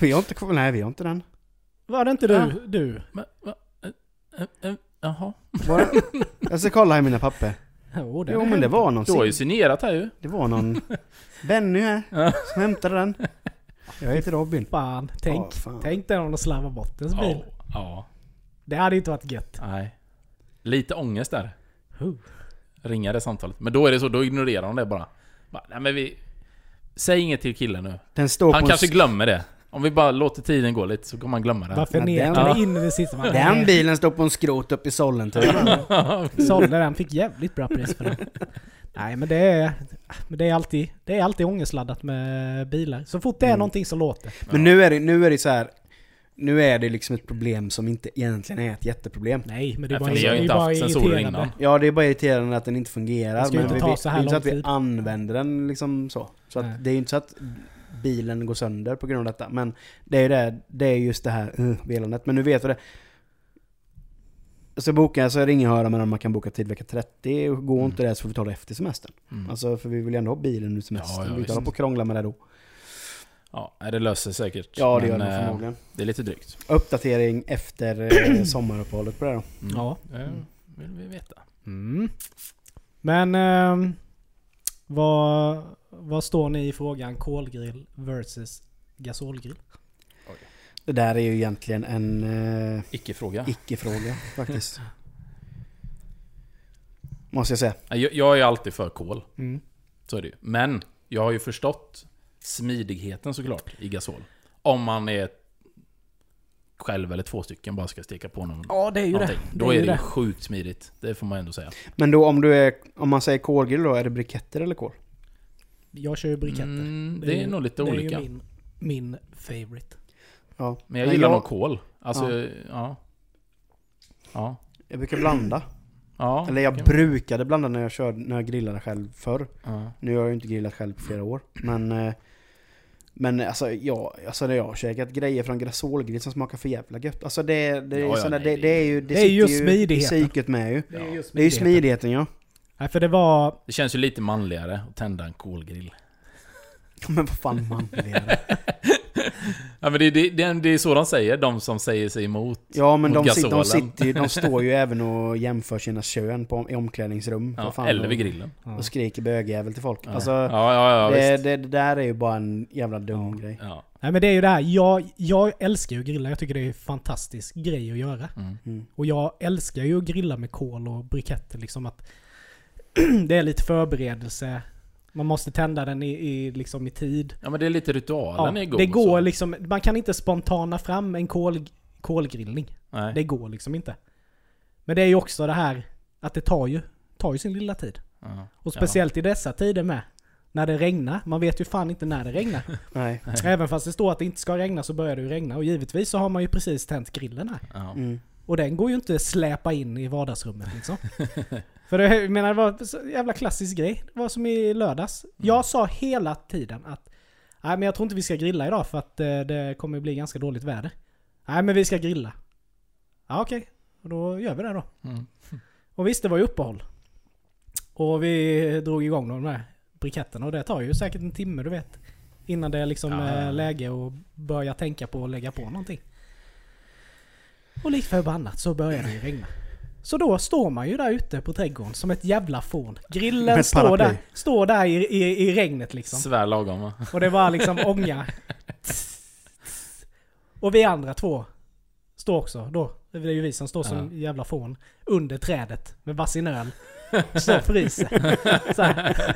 Speaker 3: vi har inte kvar, nej vi har inte den.
Speaker 1: Var det inte du?
Speaker 2: Ja.
Speaker 1: Du?
Speaker 2: Men, va? Eh, eh, eh, Jaha.
Speaker 3: Bara, jag ska kolla här i mina papper.
Speaker 1: Jo, det
Speaker 3: Jo men det var någon,
Speaker 2: Du har ju signerat här ju.
Speaker 3: det var någon Benny här som hämtade den. Jag heter Robin.
Speaker 1: Fan, tänk,
Speaker 3: Ja, fan.
Speaker 1: tänk dig om de slarvar bort ens bil.
Speaker 2: Ja. ja.
Speaker 1: Det hade ju inte varit gött.
Speaker 2: Nej. Lite ångest där.
Speaker 1: Huh.
Speaker 2: Ringa det samtalet. Men då är det så, då ignorerar de det bara. bara nej men vi... Säg inget till killen nu.
Speaker 3: Den står
Speaker 2: Han
Speaker 3: på
Speaker 2: kanske
Speaker 3: en,
Speaker 2: glömmer det. Om vi bara låter tiden gå lite så kommer han glömma det.
Speaker 1: Bara förnekar
Speaker 3: den-
Speaker 1: det in i det sista. Man,
Speaker 3: Den
Speaker 1: nej,
Speaker 3: bilen står på en skrot uppe i Sollentuna.
Speaker 1: sålde den, fick jävligt bra pris för den. Nej men det är, men det är, alltid, det är alltid ångestladdat med bilar. Så fort det är någonting som låter.
Speaker 3: Men nu är det, nu är det så här. Nu är det liksom ett problem som inte egentligen är ett jätteproblem.
Speaker 1: Nej men det är
Speaker 2: Nej,
Speaker 1: bara,
Speaker 2: för ni
Speaker 1: det
Speaker 2: har ju
Speaker 1: är
Speaker 2: inte
Speaker 1: bara
Speaker 2: haft sensorer
Speaker 1: irriterande.
Speaker 2: innan.
Speaker 3: Ja, det är bara irriterande att den inte fungerar.
Speaker 1: Det ska ju inte
Speaker 3: vi,
Speaker 1: ta
Speaker 3: vi-
Speaker 1: så
Speaker 3: det
Speaker 1: här
Speaker 3: är inte så
Speaker 1: lång
Speaker 3: att vi
Speaker 1: tid.
Speaker 3: använder den liksom så. så
Speaker 1: Nej.
Speaker 3: att det är ju inte så att bilen går sönder på grund av detta. Men det är, ju det, det är just det här uh, velandet. Men nu vet vi det. Så boka, så ringer jag och hör med om man kan boka tid vecka 30. Och
Speaker 1: Mm.
Speaker 3: Går inte det så får vi ta det efter semestern.
Speaker 2: Mm.
Speaker 3: Alltså för vi vill ju ändå ha bilen ur semestern.
Speaker 2: Ja, ja,
Speaker 3: vi
Speaker 2: visst.
Speaker 3: tar på och krångla med det då.
Speaker 2: Ja, nej, det löser sig säkert.
Speaker 3: Ja, det gör
Speaker 2: Men,
Speaker 3: det nog
Speaker 2: eh,
Speaker 3: förmodligen.
Speaker 2: Det är lite drygt.
Speaker 3: Uppdatering efter eh, sommaruppehållet på det då.
Speaker 1: Ja.
Speaker 2: Det Mm. Eh, vill vi veta.
Speaker 1: Mm. Men ehm, vad, vad står ni i frågan kolgrill versus gasolgrill?
Speaker 3: Det där är ju egentligen en eh,
Speaker 2: Icke-fråga.
Speaker 3: icke-fråga faktiskt. Måste jag säga.
Speaker 2: Nej, Jag, jag är alltid för kol.
Speaker 1: Mm.
Speaker 2: Så är det ju. Men Jag har ju förstått smidigheten såklart i gasol. Om man är själv eller två stycken bara ska steka på någon,
Speaker 1: Ja, det är ju
Speaker 2: någonting.
Speaker 1: det.
Speaker 2: Då är
Speaker 1: ju
Speaker 2: det ju sjukt smidigt. Det får man ändå säga.
Speaker 3: Men då om, du är, om man säger kolgrill då, är det briketter eller kol?
Speaker 1: Jag kör ju briketter.
Speaker 2: Mm, det är
Speaker 1: ju-
Speaker 2: nog lite
Speaker 1: det
Speaker 2: olika.
Speaker 1: Är ju min, min favorite.
Speaker 3: Ja.
Speaker 2: Men jag gillar
Speaker 3: jag,
Speaker 2: nog kol. Alltså, ja. Ja. Ja.
Speaker 3: jag brukar blanda.
Speaker 2: ja.
Speaker 3: Eller jag
Speaker 2: okej.
Speaker 3: brukade blanda när jag, körde, när jag grillade själv förr.
Speaker 2: ja.
Speaker 3: Nu har jag ju inte grillat själv på flera år. Men, eh, men alltså, jag, alltså när jag har käkat grejer från grasolgrill som smakar för jävla gött. Alltså det, det, är
Speaker 2: Ja,
Speaker 3: ju
Speaker 2: ja,
Speaker 3: sån där-
Speaker 2: nej,
Speaker 3: det, det är ju...
Speaker 1: det är ju
Speaker 3: sitter i
Speaker 1: smidigheten.
Speaker 3: psyket med ju.
Speaker 2: Det är ju
Speaker 3: Det är ju smidigheten ja.
Speaker 1: Nej, för det var...
Speaker 2: Det känns ju lite manligare att tända en kolgrill.
Speaker 3: Men vad fan man
Speaker 2: Ja, men det, det, det, det är så de säger, de som säger sig emot.
Speaker 3: Ja men
Speaker 2: Mot
Speaker 3: de, sit, de,
Speaker 2: gasolen.
Speaker 3: sitter, ju- de står ju även och jämför sina kön på, i omklädningsrum.
Speaker 2: Ja,
Speaker 3: Vad fan,
Speaker 2: eller vid
Speaker 3: och,
Speaker 2: grillen.
Speaker 1: Ja.
Speaker 3: och skriker bögjävel till folk.
Speaker 2: Ja,
Speaker 3: Alltså,
Speaker 2: ja, ja, ja
Speaker 3: det,
Speaker 2: visst.
Speaker 3: det, det där är ju bara en jävla dum grej.
Speaker 2: Ja.
Speaker 1: Nej men det är ju det här. Jag, jag älskar ju att grilla. Jag tycker det är en fantastisk grej att göra.
Speaker 2: Mm.
Speaker 3: Mm.
Speaker 1: Och jag älskar ju att grilla med kol och briketter liksom att det är lite förberedelse. Man måste tända den i, i, liksom i tid.
Speaker 2: ja, men det är lite
Speaker 1: Ja,
Speaker 2: ritualen är god.
Speaker 1: det
Speaker 2: och
Speaker 1: går
Speaker 2: så.
Speaker 1: liksom, man kan inte spontana fram en kol, kolgrillning.
Speaker 2: Nej.
Speaker 1: Det går liksom inte. Men det är ju också det här att det tar ju, tar ju sin lilla tid.
Speaker 2: Ja.
Speaker 1: Och speciellt i dessa tider med. När det regnar. Man vet ju fan inte när det regnar.
Speaker 3: Nej.
Speaker 1: Även fast det står att det inte ska regna så börjar det ju regna. Och givetvis så har man ju precis tänt grillen här.
Speaker 2: Ja. Ja.
Speaker 3: Mm.
Speaker 1: Och den går ju inte att släpa in i vardagsrummet liksom. För det, jag menar, det var en så jävla klassisk grej. Det var som i lördags. Jag sa hela tiden att Nej men jag tror inte vi ska grilla idag för att eh, det kommer bli ganska dåligt väder. Nej men vi ska grilla. Ja okej, och då gör vi det då.
Speaker 2: Mm.
Speaker 1: Och visst det var ju uppehåll. Och vi drog igång de där briketterna och det tar ju säkert en timme du vet. Innan det är liksom
Speaker 2: Ja, ja, ja.
Speaker 1: eh, läge att börja tänka på att lägga på någonting. Och lik förbannat så börjar det ju regna. Så då står man ju där ute på trädgården som ett jävla fån.
Speaker 3: Med
Speaker 1: Grillen
Speaker 3: ett
Speaker 1: står
Speaker 3: paraply.
Speaker 1: där, står där i, i, i regnet liksom.
Speaker 2: Svär lagom va?
Speaker 1: Och det var liksom ånga. Och vi andra två står också då. Det är ju vi som står som jävla fån under trädet med varsin öl. Står och fryser. Så här.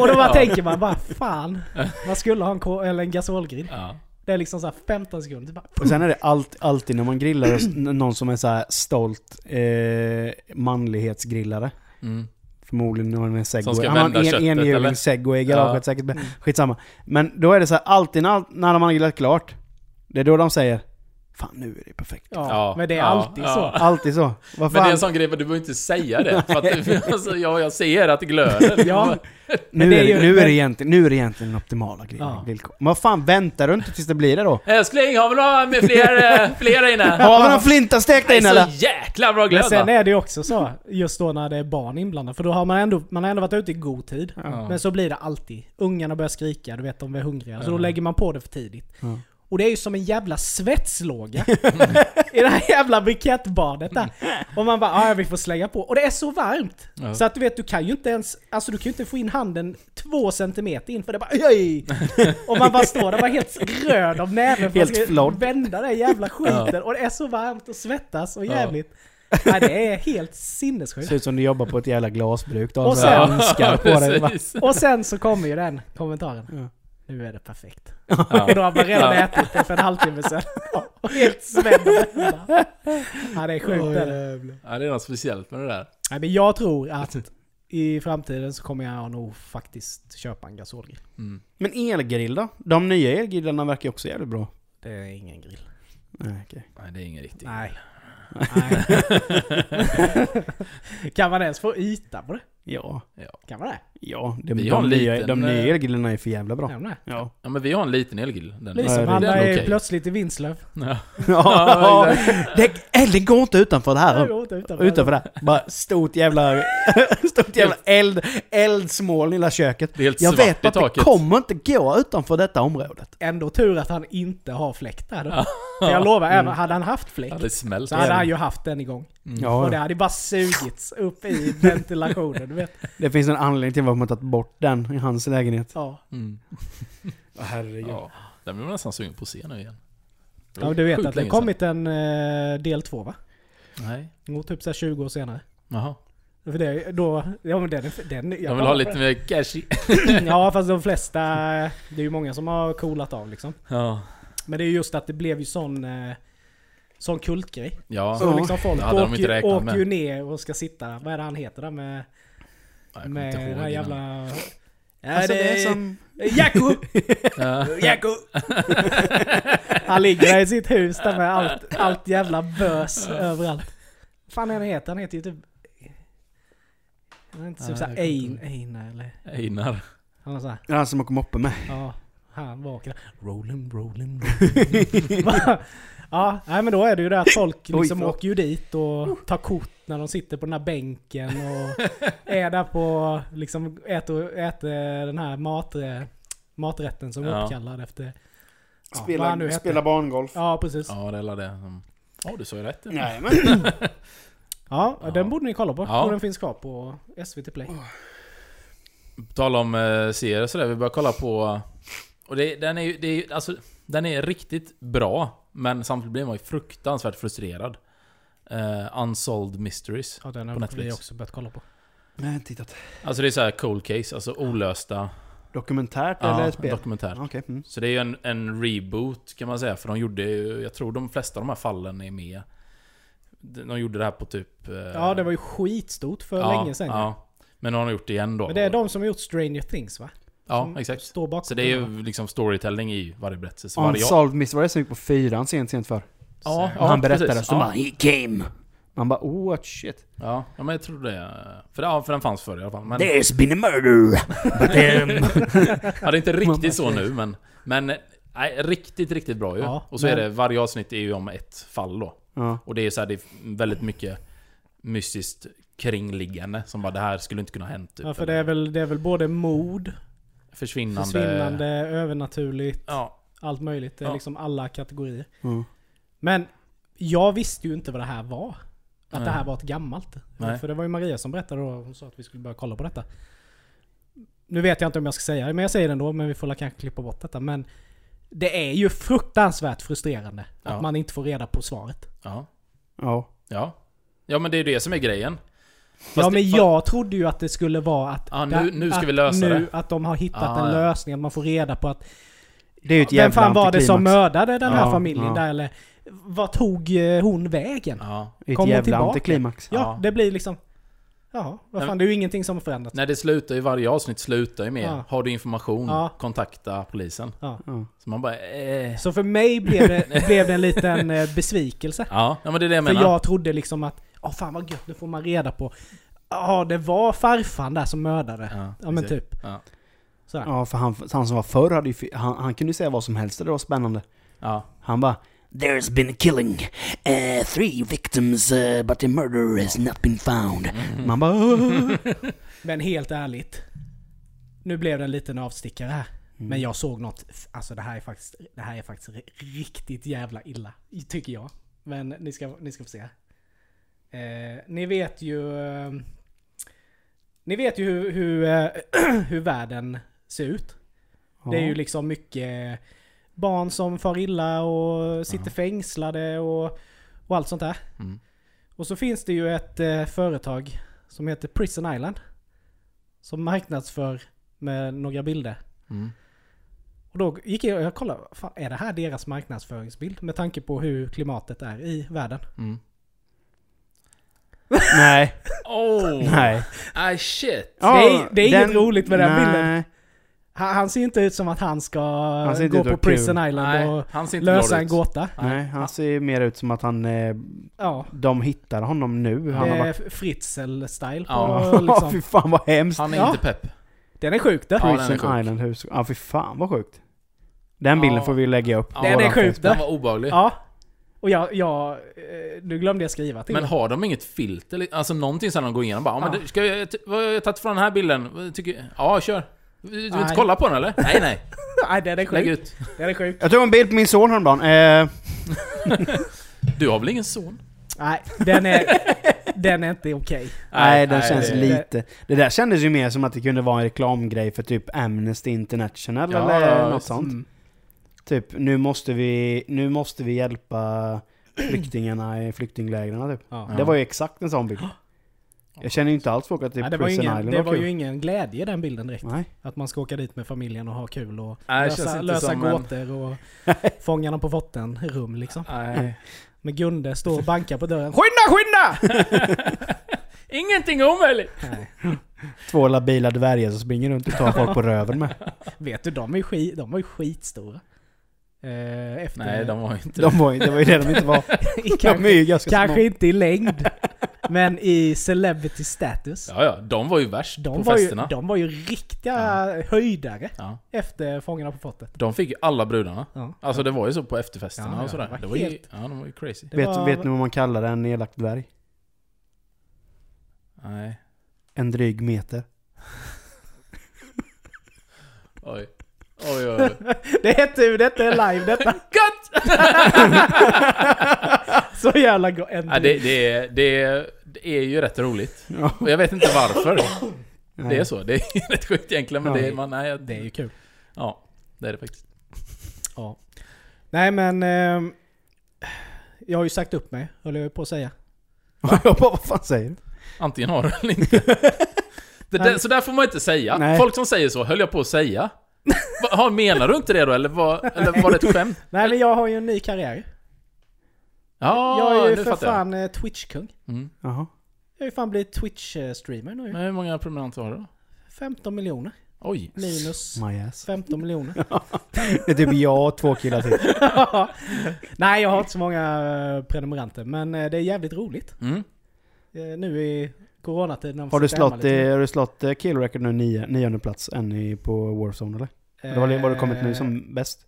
Speaker 1: Och då bara tänker man bara fan. Man skulle ha en, ko- eller en gasolgrill.
Speaker 2: Ja.
Speaker 1: Det är liksom så här 15 sekunder. Bara,
Speaker 3: Och sen är det allt, alltid när man grillar s- någon som är så här stolt eh, manlighetsgrillare.
Speaker 2: Mm.
Speaker 3: Förmodligen när man är segway.
Speaker 2: Som ska
Speaker 3: Han har en
Speaker 2: vända köttet,
Speaker 3: enhjuling
Speaker 2: eller?
Speaker 3: segway i garaget
Speaker 2: Ja.
Speaker 3: säkert. men Skitsamma. Men då är det så här, alltid när, när man har grillat klart. Det är då de säger Fan nu är det perfekt.
Speaker 1: ja,
Speaker 2: Ja,
Speaker 1: men det är
Speaker 2: ja,
Speaker 1: alltid
Speaker 2: ja.
Speaker 1: så.
Speaker 3: Alltid så.
Speaker 2: Men
Speaker 3: Vad
Speaker 2: det är en
Speaker 3: fan,
Speaker 2: sån grej, men du behöver inte säga det. För att, alltså, ja, jag ser att det glöder.
Speaker 1: Ja, men
Speaker 3: nu,
Speaker 1: det är
Speaker 3: är
Speaker 1: ju-
Speaker 3: det, nu, är
Speaker 1: men-
Speaker 3: det egentligen, nu är det egentligen den optimala grill,
Speaker 1: Ja.
Speaker 3: grillko- Men vad fan, väntar du inte tills det blir det då?
Speaker 2: Älskling, har vi några med fler, eh, fler inne?
Speaker 3: Har vi någon flinta stekt
Speaker 2: Det
Speaker 3: in
Speaker 2: är
Speaker 3: eller?
Speaker 2: så jäkla bra
Speaker 1: Men
Speaker 2: glöd
Speaker 1: sen
Speaker 2: va?
Speaker 1: är det ju också så, just då när det är barn inblandade. För då har man ändå, man har ändå varit ute i god tid. Men så blir det alltid. Ungarna börjar skrika, du vet de är hungriga. Så då lägger man på det för tidigt.
Speaker 3: Ja.
Speaker 1: Och det är ju som en jävla svetslåga i det här jävla brikettbadet där. Och man bara "Ah, ja vi får slänga på. Och det är så varmt!
Speaker 2: Ja.
Speaker 1: Så att du vet, du kan ju inte ens, alltså du kan ju inte få in handen två centimeter in för det bara Oj! Och man bara står där, bara helt röd om näven för
Speaker 3: Helt
Speaker 1: man ska
Speaker 3: flådd.
Speaker 1: vända den jävla skiten. Och det är så varmt och svettas och
Speaker 2: Ja.
Speaker 1: jävligt. Nej, det är helt sinnessjukt.
Speaker 3: Ser ut som du jobbar på ett jävla glasbruk. Du har
Speaker 1: Och
Speaker 3: så här
Speaker 1: sen-
Speaker 3: handskar på dig. va?
Speaker 2: precis.
Speaker 1: Och sen så kommer ju den kommentaren.
Speaker 3: Ja.
Speaker 1: Nu är det perfekt.
Speaker 2: Ja.
Speaker 1: Då har man redan
Speaker 2: Ja.
Speaker 1: ätit det för en halvtimme sedan. Och helt svedd och vända. Ja det är sjukt det är det.
Speaker 2: Ja, det är något speciellt med det där.
Speaker 1: Nej men jag tror att i framtiden så kommer jag nog faktiskt köpa en gasolgrill.
Speaker 2: Mm.
Speaker 3: Men elgrill då? De nya elgrillarna verkar ju också jävligt bra.
Speaker 1: Det är ingen grill.
Speaker 3: Nej, okej.
Speaker 2: Nej, det är ingen riktig.
Speaker 1: Nej. Nej. kan man ens få yta på det?
Speaker 3: Ja,
Speaker 2: Ja.
Speaker 1: Kan man det?
Speaker 3: ja. De,
Speaker 2: Vi har
Speaker 3: de,
Speaker 2: en
Speaker 3: nya,
Speaker 2: liten,
Speaker 3: de nya
Speaker 2: eh,
Speaker 3: elgrillarna är för jävla bra.
Speaker 1: Kan man det?
Speaker 3: Ja.
Speaker 2: ja, men vi har en liten elgrill. Den
Speaker 1: Liksom,
Speaker 3: det-
Speaker 1: han
Speaker 2: den är
Speaker 1: är
Speaker 2: okej.
Speaker 1: plötsligt i Vinslöv.
Speaker 2: Ja.
Speaker 3: ja det, elden går inte utanför det här
Speaker 1: Jag
Speaker 3: rummet.
Speaker 1: går inte utanför.
Speaker 3: Utanför det. här. Bara stort jävla... stort jävla eld, eldsmål i hela köket.
Speaker 2: Det är helt
Speaker 3: Jag
Speaker 2: svart
Speaker 3: vet
Speaker 2: i
Speaker 3: att det
Speaker 2: taket.
Speaker 3: kommer inte gå utanför detta området.
Speaker 1: Ändå tur att han inte har fläkt där då. För jag lovar, även hade han haft fläkt
Speaker 2: Mm. Ja, det smält.
Speaker 1: så hade han ju haft den igång. Mm. Och det
Speaker 3: Ja,
Speaker 1: hade bara sugits upp i ventilationen, du vet.
Speaker 3: det finns en anledning till varför man tagit bort den i hans lägenhet.
Speaker 1: Ja.
Speaker 2: Mm.
Speaker 3: Herregud.
Speaker 2: Ja. Den blir man nästan sugen på att se nu igen.
Speaker 1: ja men du vet
Speaker 2: Sjukt
Speaker 1: att det har
Speaker 2: länge sedan.
Speaker 1: kommit en eh, del två va?
Speaker 2: Nej.
Speaker 1: Jo, typ såhär 20 år senare.
Speaker 2: Jaha.
Speaker 1: För det, då, ja men den, är- den jag
Speaker 2: De vill
Speaker 1: kollar
Speaker 2: ha
Speaker 1: på
Speaker 2: lite mer cash i.
Speaker 1: den. Ja fast de flesta, det är ju många som har coolat av liksom.
Speaker 2: Ja.
Speaker 1: Men det är ju just att det blev ju sån, eh, sån kultgrej.
Speaker 2: Ja.
Speaker 1: Så liksom folk
Speaker 2: Det hade de
Speaker 1: åker,
Speaker 2: inte
Speaker 1: ju,
Speaker 2: räknat
Speaker 1: åker
Speaker 2: med.
Speaker 1: ju ner och ska sitta, vad är det han heter där med,
Speaker 2: Jag kommer
Speaker 1: med
Speaker 2: inte ihåg
Speaker 1: den här
Speaker 2: innan.
Speaker 1: jävla... Ja,
Speaker 3: Alltså
Speaker 1: det är som... Eh,
Speaker 3: som...
Speaker 1: Jacko!
Speaker 2: Ja.
Speaker 1: Jacko! han ligger där i sitt hus där med allt, allt jävla bös överallt. Vad fan är han heter? Han heter ju typ... Han är inte
Speaker 2: Ja,
Speaker 1: typ såhär
Speaker 2: jag kommer inte
Speaker 1: Ein- Einar eller...
Speaker 2: Einar.
Speaker 1: Han var såhär...
Speaker 3: Ja, han som åker moppe med.
Speaker 1: Ja, han vaknar. Rolling, rolling, rolling. Va? ja, nej, men då är det ju det att folk
Speaker 3: Oj,
Speaker 1: liksom
Speaker 3: förlåt.
Speaker 1: åker ju dit
Speaker 2: Uh.
Speaker 1: och tar kort när de sitter på den här bänken och är där på, liksom äter, äter den här mat, maträtten som är
Speaker 2: Ja.
Speaker 1: uppkallad efter... Ja, vad han nu
Speaker 3: Spela,
Speaker 1: heter.
Speaker 3: spela barngolf.
Speaker 1: Ja, precis. Ja,
Speaker 2: Ja, det är alla det som... Ja, du sa ju rätt.
Speaker 3: Nej, men
Speaker 1: den borde ni kolla på.
Speaker 2: Ja. Mm.
Speaker 1: Och den finns kvar på SVT Play.
Speaker 2: På tal om eh, serier och sådär, vi börjar kolla på... Och det, den är ju... Det är, ju- alltså, den är riktigt bra, men samtidigt blir man ju fruktansvärt frustrerad. Eh, Unsolved Mysteries.
Speaker 1: Ja, den
Speaker 2: På
Speaker 1: har vi
Speaker 2: Netflix.
Speaker 1: också börjat kolla på.
Speaker 3: Nej, jag har inte tittat.
Speaker 2: Alltså det är så här cold case, alltså olösta...
Speaker 3: Dokumentärt
Speaker 2: Ja,
Speaker 3: eller spel?
Speaker 2: dokumentär.
Speaker 3: Okej. Mm.
Speaker 2: Så det är ju en, en reboot kan man säga, för de gjorde ju... Jag tror de flesta av de här fallen är med. De gjorde det här på typ... eh,
Speaker 1: Ja, det var ju skitstort för länge sedan.
Speaker 2: Ja. Men nu har de gjort det igen då.
Speaker 1: Men det är de som har gjort Stranger Things va?
Speaker 2: ja,
Speaker 1: som
Speaker 2: exakt.
Speaker 1: Står bakom
Speaker 2: Så det är
Speaker 1: den, va?
Speaker 2: ju liksom storytelling i varje berättelse. Så varje,
Speaker 3: Unsolved Miss, var det som gick på fyran sent, sent för?
Speaker 2: ja,
Speaker 3: Ja, han berättade
Speaker 2: precis.
Speaker 3: så
Speaker 2: ja.
Speaker 3: bara He came! Man bara oh what shit.
Speaker 2: Ja, ja, men jag tror det. För, ja, för den fanns förr i alla fall. Men
Speaker 3: There's been a murder! But um...
Speaker 2: ja, det är inte riktigt så nu, men... Men nej, riktigt, riktigt bra ju.
Speaker 1: Ja,
Speaker 2: och så är
Speaker 1: men-
Speaker 2: det, varje avsnitt är ju om ett fall då.
Speaker 3: ja.
Speaker 2: Och det är så här, det är väldigt mycket mystiskt kringliggande. Som bara, det här skulle inte kunna ha hänt. Typ.
Speaker 1: Ja, för det är, väl, det är väl både mord,
Speaker 2: försvinnande.
Speaker 1: försvinnande, övernaturligt,
Speaker 2: Ja,
Speaker 1: allt möjligt. Det är
Speaker 2: Ja.
Speaker 1: liksom alla kategorier.
Speaker 3: Mm.
Speaker 1: Men jag visste ju inte vad det här var. Att det
Speaker 2: Nej.
Speaker 1: här var ett gammalt.
Speaker 2: Nej.
Speaker 1: För det var ju Maria som berättade då. Hon sa att vi skulle börja kolla på detta. Nu vet jag inte om jag ska säga det, men jag säger det ändå. Men vi får väl kanske klippa bort detta. Men det är ju fruktansvärt frustrerande
Speaker 2: Ja.
Speaker 1: att man inte får reda på svaret.
Speaker 2: ja,
Speaker 3: ja.
Speaker 2: ja. Ja, men det är ju det som är grejen.
Speaker 1: ja
Speaker 2: Fast det-
Speaker 1: men jag trodde ju att det skulle vara att...
Speaker 2: Ja, nu- nu ska
Speaker 1: att,
Speaker 2: vi lösa
Speaker 1: nu, Att de har hittat
Speaker 2: Ah,
Speaker 1: en
Speaker 2: ja.
Speaker 1: lösning, att man får reda på att
Speaker 3: Det är ju ett
Speaker 1: Vem
Speaker 3: jävla
Speaker 1: fan var det som eh,
Speaker 3: antiklimax.
Speaker 1: mördade den här
Speaker 3: Ja,
Speaker 1: familjen
Speaker 3: ja.
Speaker 1: där eller? Vad tog eh, hon vägen? Ja,
Speaker 2: Ja.
Speaker 3: Det är
Speaker 1: Kom
Speaker 3: ett
Speaker 1: hon
Speaker 3: jävla
Speaker 1: tillbaka?
Speaker 3: antiklimax.
Speaker 2: Ja.
Speaker 1: det blir liksom... Ja, vad
Speaker 2: Nej,
Speaker 1: fan det är ju ingenting som har förändrats.
Speaker 2: Nej, det slutar ju varje avsnitt slutar ju med
Speaker 1: Ja.
Speaker 2: Har du information,
Speaker 1: Ja.
Speaker 2: kontakta polisen.
Speaker 1: Ja.
Speaker 3: Ja.
Speaker 2: Så man bara eh.
Speaker 1: Så för mig blev det, blev det en liten eh, besvikelse.
Speaker 2: ja, ja, men det är det jag
Speaker 1: För
Speaker 2: menar.
Speaker 1: jag trodde liksom att, ja fan vad gött, nu får man reda på. Ja, det var farfan där som mördade. Ja,
Speaker 2: Ja,
Speaker 1: men
Speaker 2: exakt.
Speaker 1: typ.
Speaker 2: Ja.
Speaker 1: Sådär.
Speaker 3: Ja, för han, han som var förr hade ju, fi- han, han kunde ju säga vad som helst och det var spännande.
Speaker 2: Ja.
Speaker 3: Han bara
Speaker 4: There's been a killing. Uh, three victims, uh, but the murderer has not been found.
Speaker 2: Mm.
Speaker 3: Man bara "Åh."
Speaker 1: Men helt ärligt. Nu blev det en liten avstickare här. Men jag såg något, f- alltså det här är faktiskt, det här är faktiskt ri- riktigt jävla illa. Tycker jag. Men ni ska, ni ska få se. Eh, ni vet ju... Eh, ni vet ju hur, hur, eh, hur världen ser ut. Det är ju liksom mycket barn som far illa och sitter fängslade och, och allt sånt där.
Speaker 2: Mm.
Speaker 1: Och så finns det ju ett eh, företag som heter Prison Island. Som marknadsför med några bilder.
Speaker 2: Mm.
Speaker 1: Och då gick jag och kollade, fan, är det här deras marknadsföringsbild? Med tanke på hur klimatet är i världen.
Speaker 2: Mm.
Speaker 3: Nej,
Speaker 2: Oh!
Speaker 3: nej.
Speaker 2: Ah, shit!
Speaker 1: Det är- det är inget
Speaker 3: den-
Speaker 1: roligt med den
Speaker 3: nej.
Speaker 1: bilden. Han, han ser inte ut som att han ska
Speaker 3: ser
Speaker 1: gå
Speaker 3: inte ut att
Speaker 1: på
Speaker 3: ha kul.
Speaker 1: Prison Island
Speaker 2: Nej,
Speaker 1: och
Speaker 2: han ser inte
Speaker 1: lösa
Speaker 2: glad
Speaker 1: en
Speaker 2: ut.
Speaker 1: gåta.
Speaker 3: Nej, han ser ju mer ut som att han... Eh,
Speaker 1: Ja.
Speaker 3: de hittar honom nu. Han
Speaker 1: Det
Speaker 3: har
Speaker 1: är
Speaker 3: varit...
Speaker 1: Fritzl-style på
Speaker 2: Ja.
Speaker 3: Ja,
Speaker 1: liksom.
Speaker 3: fy fan vad hemskt.
Speaker 2: Han är
Speaker 1: Ja.
Speaker 2: inte pepp.
Speaker 1: Den är sjuk det.
Speaker 2: Ja, den är
Speaker 3: Prison
Speaker 2: sjuk.
Speaker 3: Island hus. Ja, fy fan vad sjukt. Den bilden
Speaker 2: Ja.
Speaker 3: får vi lägga upp.
Speaker 2: Ja,
Speaker 3: på
Speaker 1: den är
Speaker 3: våran
Speaker 1: sjuk.
Speaker 2: Den var obehaglig.
Speaker 1: Ja. Och jag, jag, eh, nu glömde jag skriva till
Speaker 2: Men
Speaker 1: den.
Speaker 2: har de inget filter? li- Alltså någonting som de går igenom bara, ja, men
Speaker 1: Ja.
Speaker 2: det- ska jag, t- vad har jag tagit från den här bilden? Vad Tycker, ja, kör. Du du vill
Speaker 1: Nej.
Speaker 2: inte kolla på den eller? Nej, nej.
Speaker 1: Nej den är
Speaker 2: Lägg
Speaker 1: sjuk.
Speaker 2: ut.
Speaker 1: Den är sjuk.
Speaker 3: Jag tog en bild på min son häromdagen. Eh,
Speaker 2: Du har väl ingen son?
Speaker 1: Nej, den är, den är inte okej.
Speaker 3: nej, den känns
Speaker 2: det-
Speaker 1: li-
Speaker 3: lite... Det där kändes ju mer som att det kunde vara en reklamgrej för typ Amnesty International
Speaker 2: Ja,
Speaker 3: eller
Speaker 2: ja,
Speaker 3: något
Speaker 2: visst.
Speaker 3: sånt.
Speaker 1: Mm.
Speaker 3: Typ, nu måste vi, nu måste vi hjälpa flyktingarna i flyktinglägren typ.
Speaker 1: Ja.
Speaker 3: Det var ju exakt en sån bild. Jag känner ju inte alls folk att det är
Speaker 1: Nej, det var, ju
Speaker 3: Prison
Speaker 1: ingen,
Speaker 3: Island
Speaker 1: det
Speaker 3: var
Speaker 1: var ju
Speaker 3: kul.
Speaker 1: ingen glädje i den bilden direkt.
Speaker 3: Nej.
Speaker 1: Att man ska åka dit med familjen och ha kul och
Speaker 2: Nej, det känns
Speaker 1: lösa,
Speaker 2: inte
Speaker 1: lösa
Speaker 2: som en-
Speaker 1: gåtor och Fångarna på Votten-rum liksom.
Speaker 2: Nej.
Speaker 1: Men Gunde står och bankar på dörren. Skynda, skynda!
Speaker 2: Ingenting är omöjligt!
Speaker 1: Nej.
Speaker 3: Två labila dvärgar som springer runt och tar folk på röven med.
Speaker 1: Vet du, de, är ju skit, de var ju skitstora. Eh, efter
Speaker 2: Nej, de var ju inte
Speaker 3: De var, ju- det var ju det de inte var. De är
Speaker 1: kanske,
Speaker 3: ju ganska
Speaker 1: kanske
Speaker 3: små.
Speaker 1: inte i längd, men i celebrity status.
Speaker 2: Ja, ja. De var ju värst
Speaker 1: De
Speaker 2: på
Speaker 1: var, ju,
Speaker 2: festerna. de...
Speaker 1: de var ju riktiga höjdare
Speaker 2: Ja.
Speaker 1: efter Fångarna på fortet.
Speaker 2: de fick ju alla brudarna.
Speaker 1: Ja.
Speaker 2: Alltså det var ju så på efterfesterna
Speaker 1: Ja, ja,
Speaker 2: och sådär.
Speaker 1: det var
Speaker 2: Det var ju,
Speaker 1: helt-
Speaker 2: ja, de var ju crazy.
Speaker 1: Det
Speaker 3: vet,
Speaker 1: var-
Speaker 3: vet ni vad man kallar en elak dvärg?
Speaker 2: Nej.
Speaker 3: En dryg meter.
Speaker 2: Oj. Oj, oj, oj.
Speaker 1: Det är tur, detta är live detta.
Speaker 2: Gött!
Speaker 1: Så jävla gott.
Speaker 2: Ja, det, det, är- det, är- det är ju rätt roligt.
Speaker 3: Ja.
Speaker 2: Och jag vet inte varför det är
Speaker 3: Nej.
Speaker 2: så. Det är rätt sjukt egentligen, men
Speaker 3: Ja.
Speaker 2: det, är- man, nej,
Speaker 1: det är ju kul.
Speaker 2: Ja, det är det faktiskt.
Speaker 1: Ja. Nej men... ehm, jag har ju sagt upp mig, höll jag på att säga.
Speaker 3: Jag bara, vad fan säger du?
Speaker 2: Antingen har du eller inte. Det där,
Speaker 1: Nej.
Speaker 2: så där får man inte säga.
Speaker 3: Nej.
Speaker 2: Folk som säger så, höll jag på att säga. Va, ha, menar du inte det då, eller var, eller var det ett skämt?
Speaker 1: Nej men jag har ju en ny karriär.
Speaker 2: Ja,
Speaker 1: jag är ju
Speaker 2: nu
Speaker 1: för
Speaker 2: fattar jag.
Speaker 1: fan eh, Twitch-kung.
Speaker 2: Mm.
Speaker 3: Jaha.
Speaker 1: Jag har ju fan blivit Twitch-streamer nu ju.
Speaker 2: Men hur många prenumeranter har du då?
Speaker 1: 15 miljoner.
Speaker 2: Oj.
Speaker 1: Minus
Speaker 3: My ass.
Speaker 1: 15 miljoner.
Speaker 3: Det är typ jag och två killar till.
Speaker 1: Nej jag har inte så många eh, prenumeranter men eh, det är jävligt roligt.
Speaker 2: Mm.
Speaker 1: Eh, Nu i coronatiden när man
Speaker 3: Har du
Speaker 1: sitter hemma
Speaker 3: slått,
Speaker 1: lite.
Speaker 3: eh, har du slått eh, kill record nu, nio, nionde plats, än i, på Warzone eller? Det var var du kommit nu som bäst?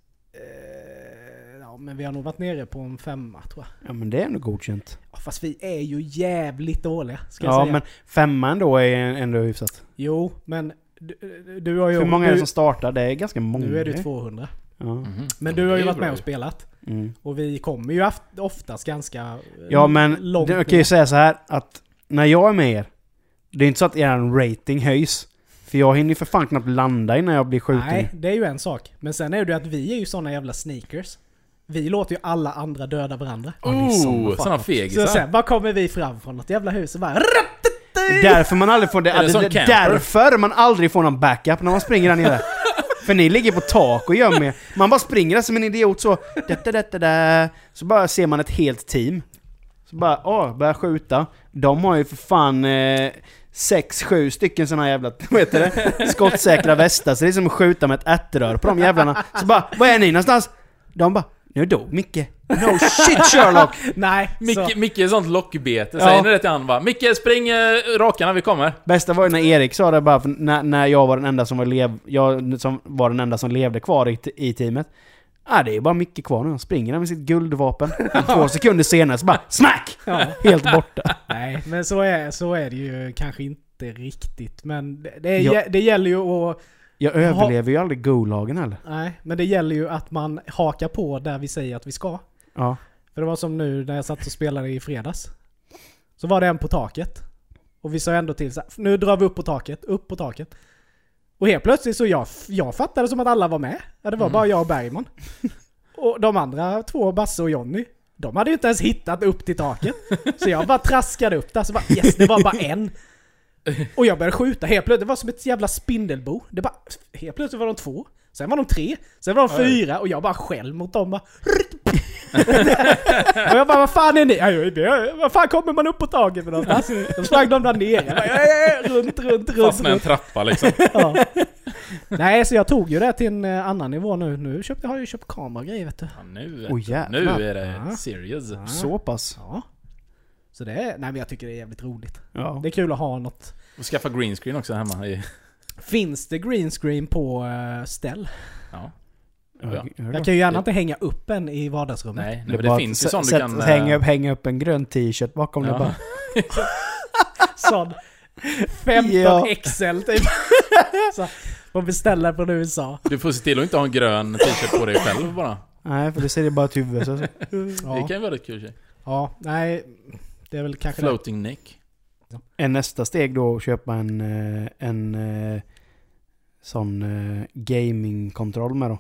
Speaker 1: Eh, Ja men vi har nog varit nere på en femma tror jag.
Speaker 3: Ja men det är ändå godkänt.
Speaker 1: Ja, Fast vi är ju jävligt dåliga ska jag
Speaker 3: Ja
Speaker 1: säga.
Speaker 3: men femman då är ändå hyfsat.
Speaker 1: Jo men du, du har ju...
Speaker 3: Hur många är det
Speaker 1: du,
Speaker 3: som startar? Det är ganska många.
Speaker 1: Nu är det ju 200.
Speaker 3: Ja.
Speaker 2: Mhm.
Speaker 1: Men
Speaker 2: Ja,
Speaker 1: du har
Speaker 2: det
Speaker 1: ju
Speaker 2: är
Speaker 1: varit med
Speaker 2: bra
Speaker 1: och spelat.
Speaker 3: Mm.
Speaker 1: Och vi kommer ju aft- oftast ganska eh,
Speaker 3: Ja men
Speaker 1: långt
Speaker 3: det- jag kan ju säga så här att när jag är med er, det är inte så att er rating höjs. För jag hinner ju för fan knappt landa innan jag blir skjuten.
Speaker 1: Nej, det är ju en sak. Men sen är det ju att vi är ju såna jävla sneakers. Vi låter ju alla andra döda varandra.
Speaker 2: Oh, sådana
Speaker 1: Så
Speaker 2: fegisar.
Speaker 1: sen, var kommer vi fram från något jävla hus och bara...
Speaker 3: Det är därför man aldrig får det, alltså,
Speaker 2: Är det som
Speaker 3: det, är
Speaker 2: camper?
Speaker 3: därför man aldrig får någon backup när man springer där nere. För ni ligger på tak och gömmer er. Man bara springer där som en idiot så... Da, da, da, da, da. Så bara ser man ett helt team. Så bara, åh, börjar skjuta. De har ju för fan eh, sex, sju stycken såna här jävla, vad heter det? Skottsäkra västar. Så det är som att skjuta med ett ärtrör på de jävlarna. Så bara, var är ni någonstans? De bara, nu dog Micke. No shit Sherlock!
Speaker 1: Nej, så,
Speaker 2: Micke, Micke är sånt lockbete. Säger
Speaker 3: Ja.
Speaker 2: ni det till han va? Micke, spring eh, rakarna, vi kommer.
Speaker 3: Bästa var ju när Erik sa det bara, för när, när jag var den enda som var, lev, jag, som var den enda som levde kvar i, i teamet. Ah, det är bara Micke kvar nu. Han springer där med sitt guldvapen. Två sekunder senare så bara smack!
Speaker 1: ja.
Speaker 3: Helt borta.
Speaker 1: Nej, men så är, så är det ju kanske inte riktigt. Men det, det, är-
Speaker 3: Ja.
Speaker 1: det gäller ju att...
Speaker 3: Jag överlever ju aldrig Gulagen heller.
Speaker 1: Nej, men det gäller ju att man hakar på där vi säger att vi ska.
Speaker 3: Ja.
Speaker 1: För det var som nu när jag satt och spelade i fredags. Så var det en på taket. Och vi sa ändå till så här, nu drar vi upp på taket, upp på taket. Och helt plötsligt så jag, jag fattade som att alla var med. Ja, det var bara jag och Bergman. Och de andra två, Basse och Jonny, de hade ju inte ens hittat upp till taket. Så jag bara traskade upp där, så bara yes, det var bara en. Och jag började skjuta helt plötsligt, det var som ett jävla spindelbo. Det bara, helt plötsligt var de två, sen var de tre, sen var de fyra och jag bara själv mot dem bara, och jag bara, vad fan är ni? Ja, jag- jag- Vad fan kommer man upp på taket för någonstans? Då sprang de där ner. Jag bara, "Ja, ja, ja." runt, runt, runt.
Speaker 2: Fastna i en
Speaker 1: runt.
Speaker 2: trappa liksom.
Speaker 1: Ja. Nej, så jag tog ju det till en eh, annan nivå nu. Nu köpte, har jag ju köpt kamera och grejer vet du.
Speaker 2: Ja, nu,
Speaker 3: Åh, jävlar.
Speaker 2: nu är det
Speaker 1: Ja.
Speaker 2: serious.
Speaker 3: Så pass.
Speaker 1: Ja. Så det är, nej men jag tycker det är jävligt roligt.
Speaker 3: Ja.
Speaker 1: Det är kul att ha något.
Speaker 2: Och skaffa greenscreen också hemma. I,
Speaker 1: Finns det green screen på eh, ställ?
Speaker 2: ja.
Speaker 3: Ja, ja.
Speaker 1: Jag kan ju gärna inte hänga upp en i vardagsrummet.
Speaker 2: Nej, nej
Speaker 3: är
Speaker 2: men
Speaker 3: bara
Speaker 2: det
Speaker 3: att
Speaker 2: finns ju
Speaker 3: sä-
Speaker 2: sån du
Speaker 3: sätt-
Speaker 2: kan... eh,
Speaker 3: Hänga upp, hänga upp en grön t-shirt bakom dig
Speaker 2: Ja.
Speaker 3: bara.
Speaker 1: Sån 15
Speaker 3: Ja.
Speaker 1: XL typ. Så, man beställer från USA.
Speaker 2: Du får se till att inte ha en grön t-shirt på dig själv bara.
Speaker 3: Nej, för det ser det bara ett huvud. Så.
Speaker 2: Det
Speaker 1: Ja.
Speaker 2: kan ju vara rätt kul tjej.
Speaker 1: Ja, nej. Det är väl kanske det.
Speaker 2: Floating neck.
Speaker 3: Är nästa steg då att köpa en, eh, en eh, sån eh, gamingkontroll med då?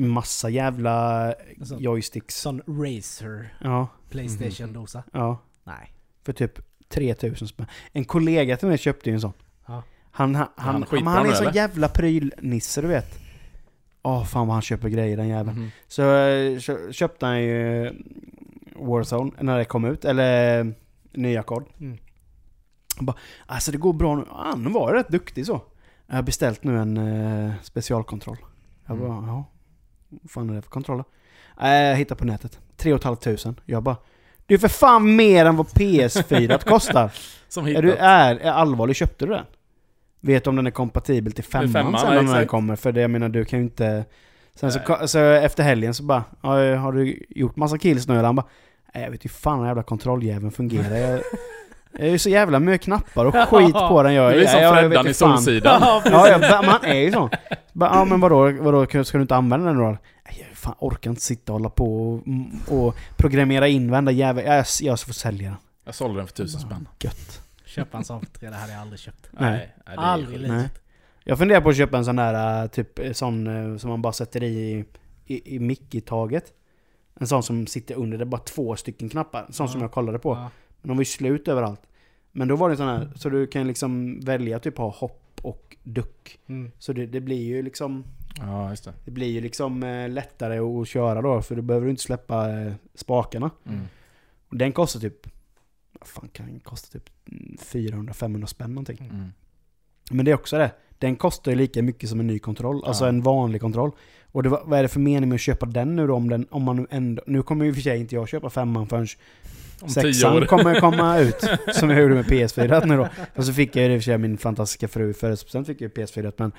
Speaker 3: Massa jävla
Speaker 1: En sån-
Speaker 3: joysticks.
Speaker 1: Sån Razer
Speaker 3: Ja,
Speaker 1: Playstation-dosa.
Speaker 3: ja.
Speaker 1: Nej.
Speaker 3: För typ 3000 spänn. En kollega till mig köpte ju en sån.
Speaker 1: Ja.
Speaker 3: Han, han, han,
Speaker 2: skitbra
Speaker 3: han, han är
Speaker 2: nu,
Speaker 3: en sån
Speaker 2: eller?
Speaker 3: jävla prylnisse du vet. Åh fan vad han köper grejer den jäveln.
Speaker 2: Mhm.
Speaker 3: Så eh, kö- köpte han ju Warzone när det kom ut, eller eh, nya kod.
Speaker 1: Mm.
Speaker 3: Han bara, alltså det går bra nu. Han var rätt duktig så. Jag har beställt nu en eh, specialkontroll. Jag bara, ja. Vad fan är det för kontroller? Äh, jag hittar på nätet. 3 500. Jag bara, det är för fan mer än vad PS4 kostar.
Speaker 2: Som
Speaker 3: Är
Speaker 2: hittat.
Speaker 3: du är, är allvarlig, köpte du den? Vet om den är kompatibel till femman,
Speaker 2: femman,
Speaker 3: sen
Speaker 2: ja,
Speaker 3: när den här
Speaker 2: exakt.
Speaker 3: kommer? För det, jag menar du kan ju inte... Sen så,
Speaker 2: Nej.
Speaker 3: ko- så efter helgen så bara "Ja, Har du gjort massa kills nu eller? Han bara "Nej, Jag vet ju fan hur den här jävla kontrolljäveln fungerar. Jag, jag är ju så jävla mycket knappar och skit på den. Jag,
Speaker 2: Du är som
Speaker 3: jag, jag, vet
Speaker 2: Freddan
Speaker 3: ju
Speaker 2: i
Speaker 3: fan."
Speaker 2: Solsidan.
Speaker 3: Ja, ja, ba- man är ju så. Bara, ja men vadå, vadå, ska du inte använda den då? Nej, Jag fan, orkar inte sitta och hålla på och, och programmera in varenda jävel. Jag, jag får sälja den.
Speaker 2: Jag sålde den för tusen spänn.
Speaker 3: Gött.
Speaker 1: Köpa en sån för tre, det hade jag aldrig köpt.
Speaker 3: Nej.
Speaker 2: nej det är
Speaker 1: Aldrig i
Speaker 2: sjukt.
Speaker 1: livet.
Speaker 3: Jag funderar på att köpa en sån där, eh, typ eh, sån eh, som man bara sätter i, i, i mick i taget. En sån som sitter under, det är bara två stycken knappar. En sån
Speaker 1: Ja.
Speaker 3: som jag kollade på.
Speaker 1: Ja.
Speaker 3: Men de var ju slut överallt. Men då var det en sån här, så du kan liksom välja typ ha hopp och duck.
Speaker 1: Mm.
Speaker 3: Så det, det blir ju liksom,
Speaker 2: Ja, just det.
Speaker 3: det blir ju liksom eh, lättare att köra då. För då behöver du inte släppa eh, spakarna.
Speaker 2: Mm.
Speaker 3: Och den kostar typ, vad fan kan den kosta? Typ 400-500 spänn någonting.
Speaker 2: Mm.
Speaker 3: Men det är också det. Den kostar ju lika mycket som en ny kontroll. Alltså
Speaker 2: Ja.
Speaker 3: en vanlig kontroll. Och det, var- vad är det för mening med att köpa den nu då? Om, den, om man nu ändå... Nu kommer ju i och för sig inte jag köpa femman förrän
Speaker 2: Om tio
Speaker 3: sexan
Speaker 2: år.
Speaker 3: kommer komma ut. Som jag gjorde med PS4 nu då. Och så fick jag ju det i och för sig av min fantastiska fru i födelsedagspresent fick jag ju PS4. Men,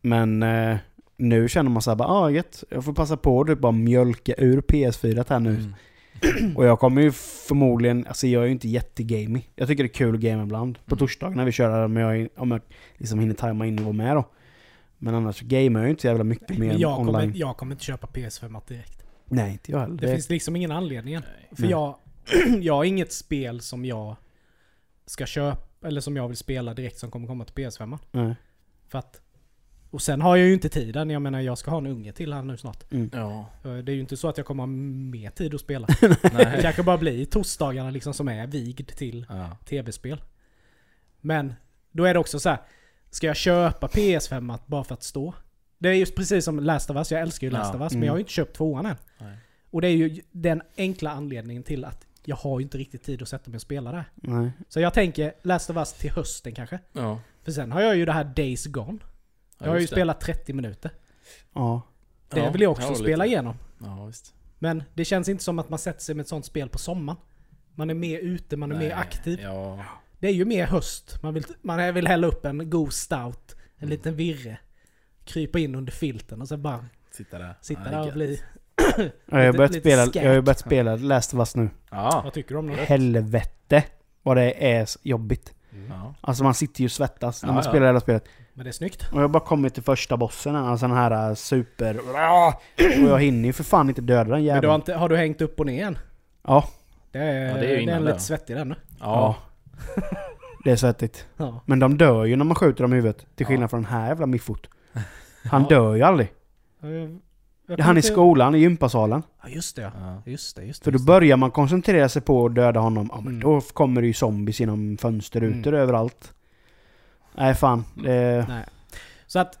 Speaker 3: men eh, nu känner man såhär bara, ah gött. Jag får passa på att typ bara mjölka ur PS4 här nu.
Speaker 2: Mm.
Speaker 3: Och jag kommer ju förmodligen, alltså jag är ju inte jättegamig. Jag tycker det är kul att game ibland. På
Speaker 2: Mm.
Speaker 3: torsdagar när vi kör här, om jag, om jag liksom hinner tajma in och vara med då. Men annars så gamer jag ju inte så jävla mycket mer
Speaker 1: Men jag
Speaker 3: online.
Speaker 1: kommer, jag kommer inte köpa PS5 -at direkt.
Speaker 3: Nej, inte jag heller.
Speaker 1: Det, finns liksom ingen anledning.
Speaker 2: Nej.
Speaker 1: För
Speaker 3: Nej.
Speaker 1: jag, jag har inget spel som jag ska köpa, eller som jag vill spela direkt som kommer komma till PS5.
Speaker 3: Nej.
Speaker 1: För att, och sen har jag ju inte tiden. Jag menar jag ska ha en unge till här nu snart.
Speaker 2: Ja,
Speaker 1: Eh, Det är ju inte så att jag kommer ha mer tid att spela. Det
Speaker 2: nej.
Speaker 1: kanske bara blir torsdagarna liksom som är vigd till
Speaker 2: Ja.
Speaker 1: tv-spel. Men då är det också så här. ska jag köpa PS5 att bara för att stå? Det är just precis som Last of Us, jag älskar ju Last
Speaker 2: Ja.
Speaker 1: of Us, men
Speaker 3: Mm.
Speaker 1: jag har ju inte köpt tvåan än.
Speaker 2: Nej.
Speaker 1: Och det är ju den enkla anledningen till att jag har ju inte riktigt tid att sätta mig och spela där.
Speaker 3: Nej.
Speaker 1: Så jag tänker Last of Us till hösten kanske.
Speaker 2: Ja.
Speaker 1: För sen har jag ju det här Days Gone.
Speaker 2: Ja,
Speaker 1: jag har ju
Speaker 2: just det.
Speaker 1: spelat 30 minuter.
Speaker 3: Ja.
Speaker 1: Det
Speaker 2: Ja,
Speaker 1: vill jag
Speaker 2: ja,
Speaker 1: också
Speaker 2: lite.
Speaker 1: spela igenom.
Speaker 2: Ja, visst.
Speaker 1: Men det känns inte som att man sätter sig med ett sånt spel på sommaren. Man är mer ute, man är
Speaker 2: Nej,
Speaker 1: mer aktiv.
Speaker 2: Ja.
Speaker 1: Det är ju mer höst. Man vill, man vill hälla upp en god stout,
Speaker 2: Mm.
Speaker 1: en liten virre. Krypa in under filten och sen bara
Speaker 2: Sitta där.
Speaker 1: sitta
Speaker 2: Ja, det
Speaker 1: där
Speaker 2: är
Speaker 1: och
Speaker 2: gött.
Speaker 1: bli...
Speaker 3: Jag har, ju
Speaker 1: Lite-
Speaker 3: börjat
Speaker 1: lite
Speaker 3: spela,
Speaker 1: skräck.
Speaker 3: jag har ju börjat spela Last of Us nu.
Speaker 2: Ja.
Speaker 1: Vad tycker du om det?
Speaker 3: Helvete vad det är s- jobbigt.
Speaker 1: Mm.
Speaker 2: ja.
Speaker 3: Alltså man sitter ju och svettas när
Speaker 2: Ja,
Speaker 3: man
Speaker 2: ja.
Speaker 3: spelar hela spelet.
Speaker 1: Men det är snyggt.
Speaker 3: Och jag har bara kommit till första bossen, alltså den här äh, super... Och jag hinner ju för fan inte döda den
Speaker 1: Men du har,
Speaker 3: jäveln.
Speaker 1: inte, har du hängt upp och ner än?
Speaker 3: Ja,
Speaker 1: Det är,
Speaker 2: Ja, det är ju
Speaker 1: det är,
Speaker 2: innan
Speaker 1: en
Speaker 2: det.
Speaker 1: lite svettig den nu.
Speaker 2: Ja.
Speaker 3: det är svettigt.
Speaker 1: Ja.
Speaker 3: Men de dör ju när man skjuter dem i huvudet. Till
Speaker 2: Ja.
Speaker 3: skillnad från den här jävla miffot. Han dör ju aldrig.
Speaker 1: Jag- jag
Speaker 3: Han
Speaker 1: kommer
Speaker 3: är i
Speaker 1: inte-
Speaker 3: skolan, i gympasalen.
Speaker 1: Ja just det ja.
Speaker 2: Ja.
Speaker 1: Just det, just det.
Speaker 3: För då
Speaker 1: just det.
Speaker 3: börjar man koncentrera sig på att döda honom. Ja, men
Speaker 1: Mm.
Speaker 3: Då kommer det ju zombies genom fönsterrutor överallt. Nej fan. Det...
Speaker 1: Nej. Så att...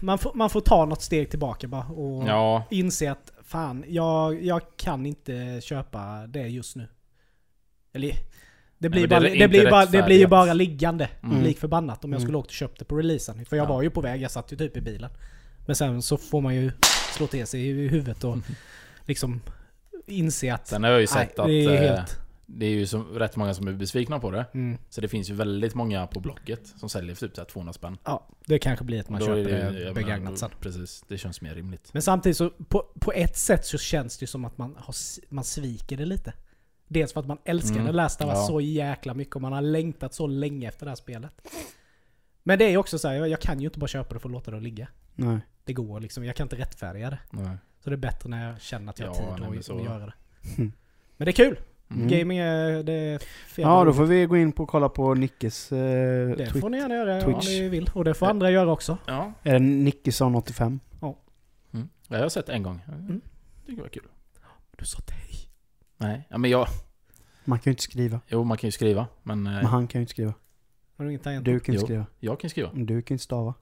Speaker 1: Man får, man får ta något steg tillbaka bara och
Speaker 2: Ja.
Speaker 1: inse att fan, jag, jag kan inte köpa det just nu. Eller... Det blir,
Speaker 2: men det
Speaker 1: bara,
Speaker 2: är
Speaker 1: det,
Speaker 2: inte
Speaker 1: blir bara, det blir ju
Speaker 2: rättfärdigt.
Speaker 1: bara liggande,
Speaker 2: Mm.
Speaker 1: lik förbannat, om jag
Speaker 3: Mm.
Speaker 1: skulle åkt och köpt det på releasen. För jag
Speaker 2: Ja.
Speaker 1: var ju på väg, jag satt ju typ i bilen. Men sen så får man ju slå till sig i huvudet och liksom inse att...
Speaker 2: Sen har jag ju sett
Speaker 1: nej, det
Speaker 2: att
Speaker 1: är
Speaker 2: eh,
Speaker 1: helt...
Speaker 2: det är ju som, rätt många som är besvikna på det.
Speaker 1: Mm.
Speaker 2: Så det finns ju väldigt många på Blocket som säljer för typ så här 200 spänn.
Speaker 1: Ja, det kanske blir att man
Speaker 2: Då
Speaker 1: köper
Speaker 2: är
Speaker 1: det,
Speaker 2: ju- jag
Speaker 1: begagnat
Speaker 2: menar, då-
Speaker 1: sen.
Speaker 2: Precis, det känns mer rimligt.
Speaker 1: Men samtidigt så, på, på ett sätt så känns det ju som att man, har, s- man sviker det lite. Dels för att man älskar
Speaker 2: Mm,
Speaker 1: det lästa
Speaker 2: ja.
Speaker 1: så jäkla mycket och man har längtat så länge efter det här spelet. Men det är ju också så här, jag, jag kan ju inte bara köpa det för att låta det ligga.
Speaker 3: Nej.
Speaker 1: Det går liksom, jag kan inte rättfärdiga det.
Speaker 2: Nej.
Speaker 1: Så det är bättre när jag känner att jag har
Speaker 2: Ja,
Speaker 1: tid
Speaker 2: nej, men
Speaker 1: att,
Speaker 2: så.
Speaker 1: att göra det.
Speaker 3: Mm.
Speaker 1: Men det är kul!
Speaker 2: Mm.
Speaker 1: Gaming är... Det är fel.
Speaker 3: Ja, då får vi gå in på och kolla på Nickes... Eh,
Speaker 1: det
Speaker 3: twi-
Speaker 1: får ni gärna göra
Speaker 3: Twitch.
Speaker 1: om ni vill. Och det får andra göra också.
Speaker 2: Ja.
Speaker 3: Är det Nickesson85?
Speaker 2: Mm. Ja, Jag
Speaker 1: Mm.
Speaker 2: har sett en gång. Jag Tycker det var kul.
Speaker 1: Du sa hej.
Speaker 2: Nej, ja, men jag...
Speaker 3: Man kan ju inte skriva.
Speaker 2: Jo, man kan ju skriva, men eh,
Speaker 3: Men han kan ju inte skriva.
Speaker 1: Har du inget tangent?
Speaker 3: Du kan ju
Speaker 2: Jo.
Speaker 3: inte skriva.
Speaker 2: jag kan skriva.
Speaker 3: Du kan ju inte stava.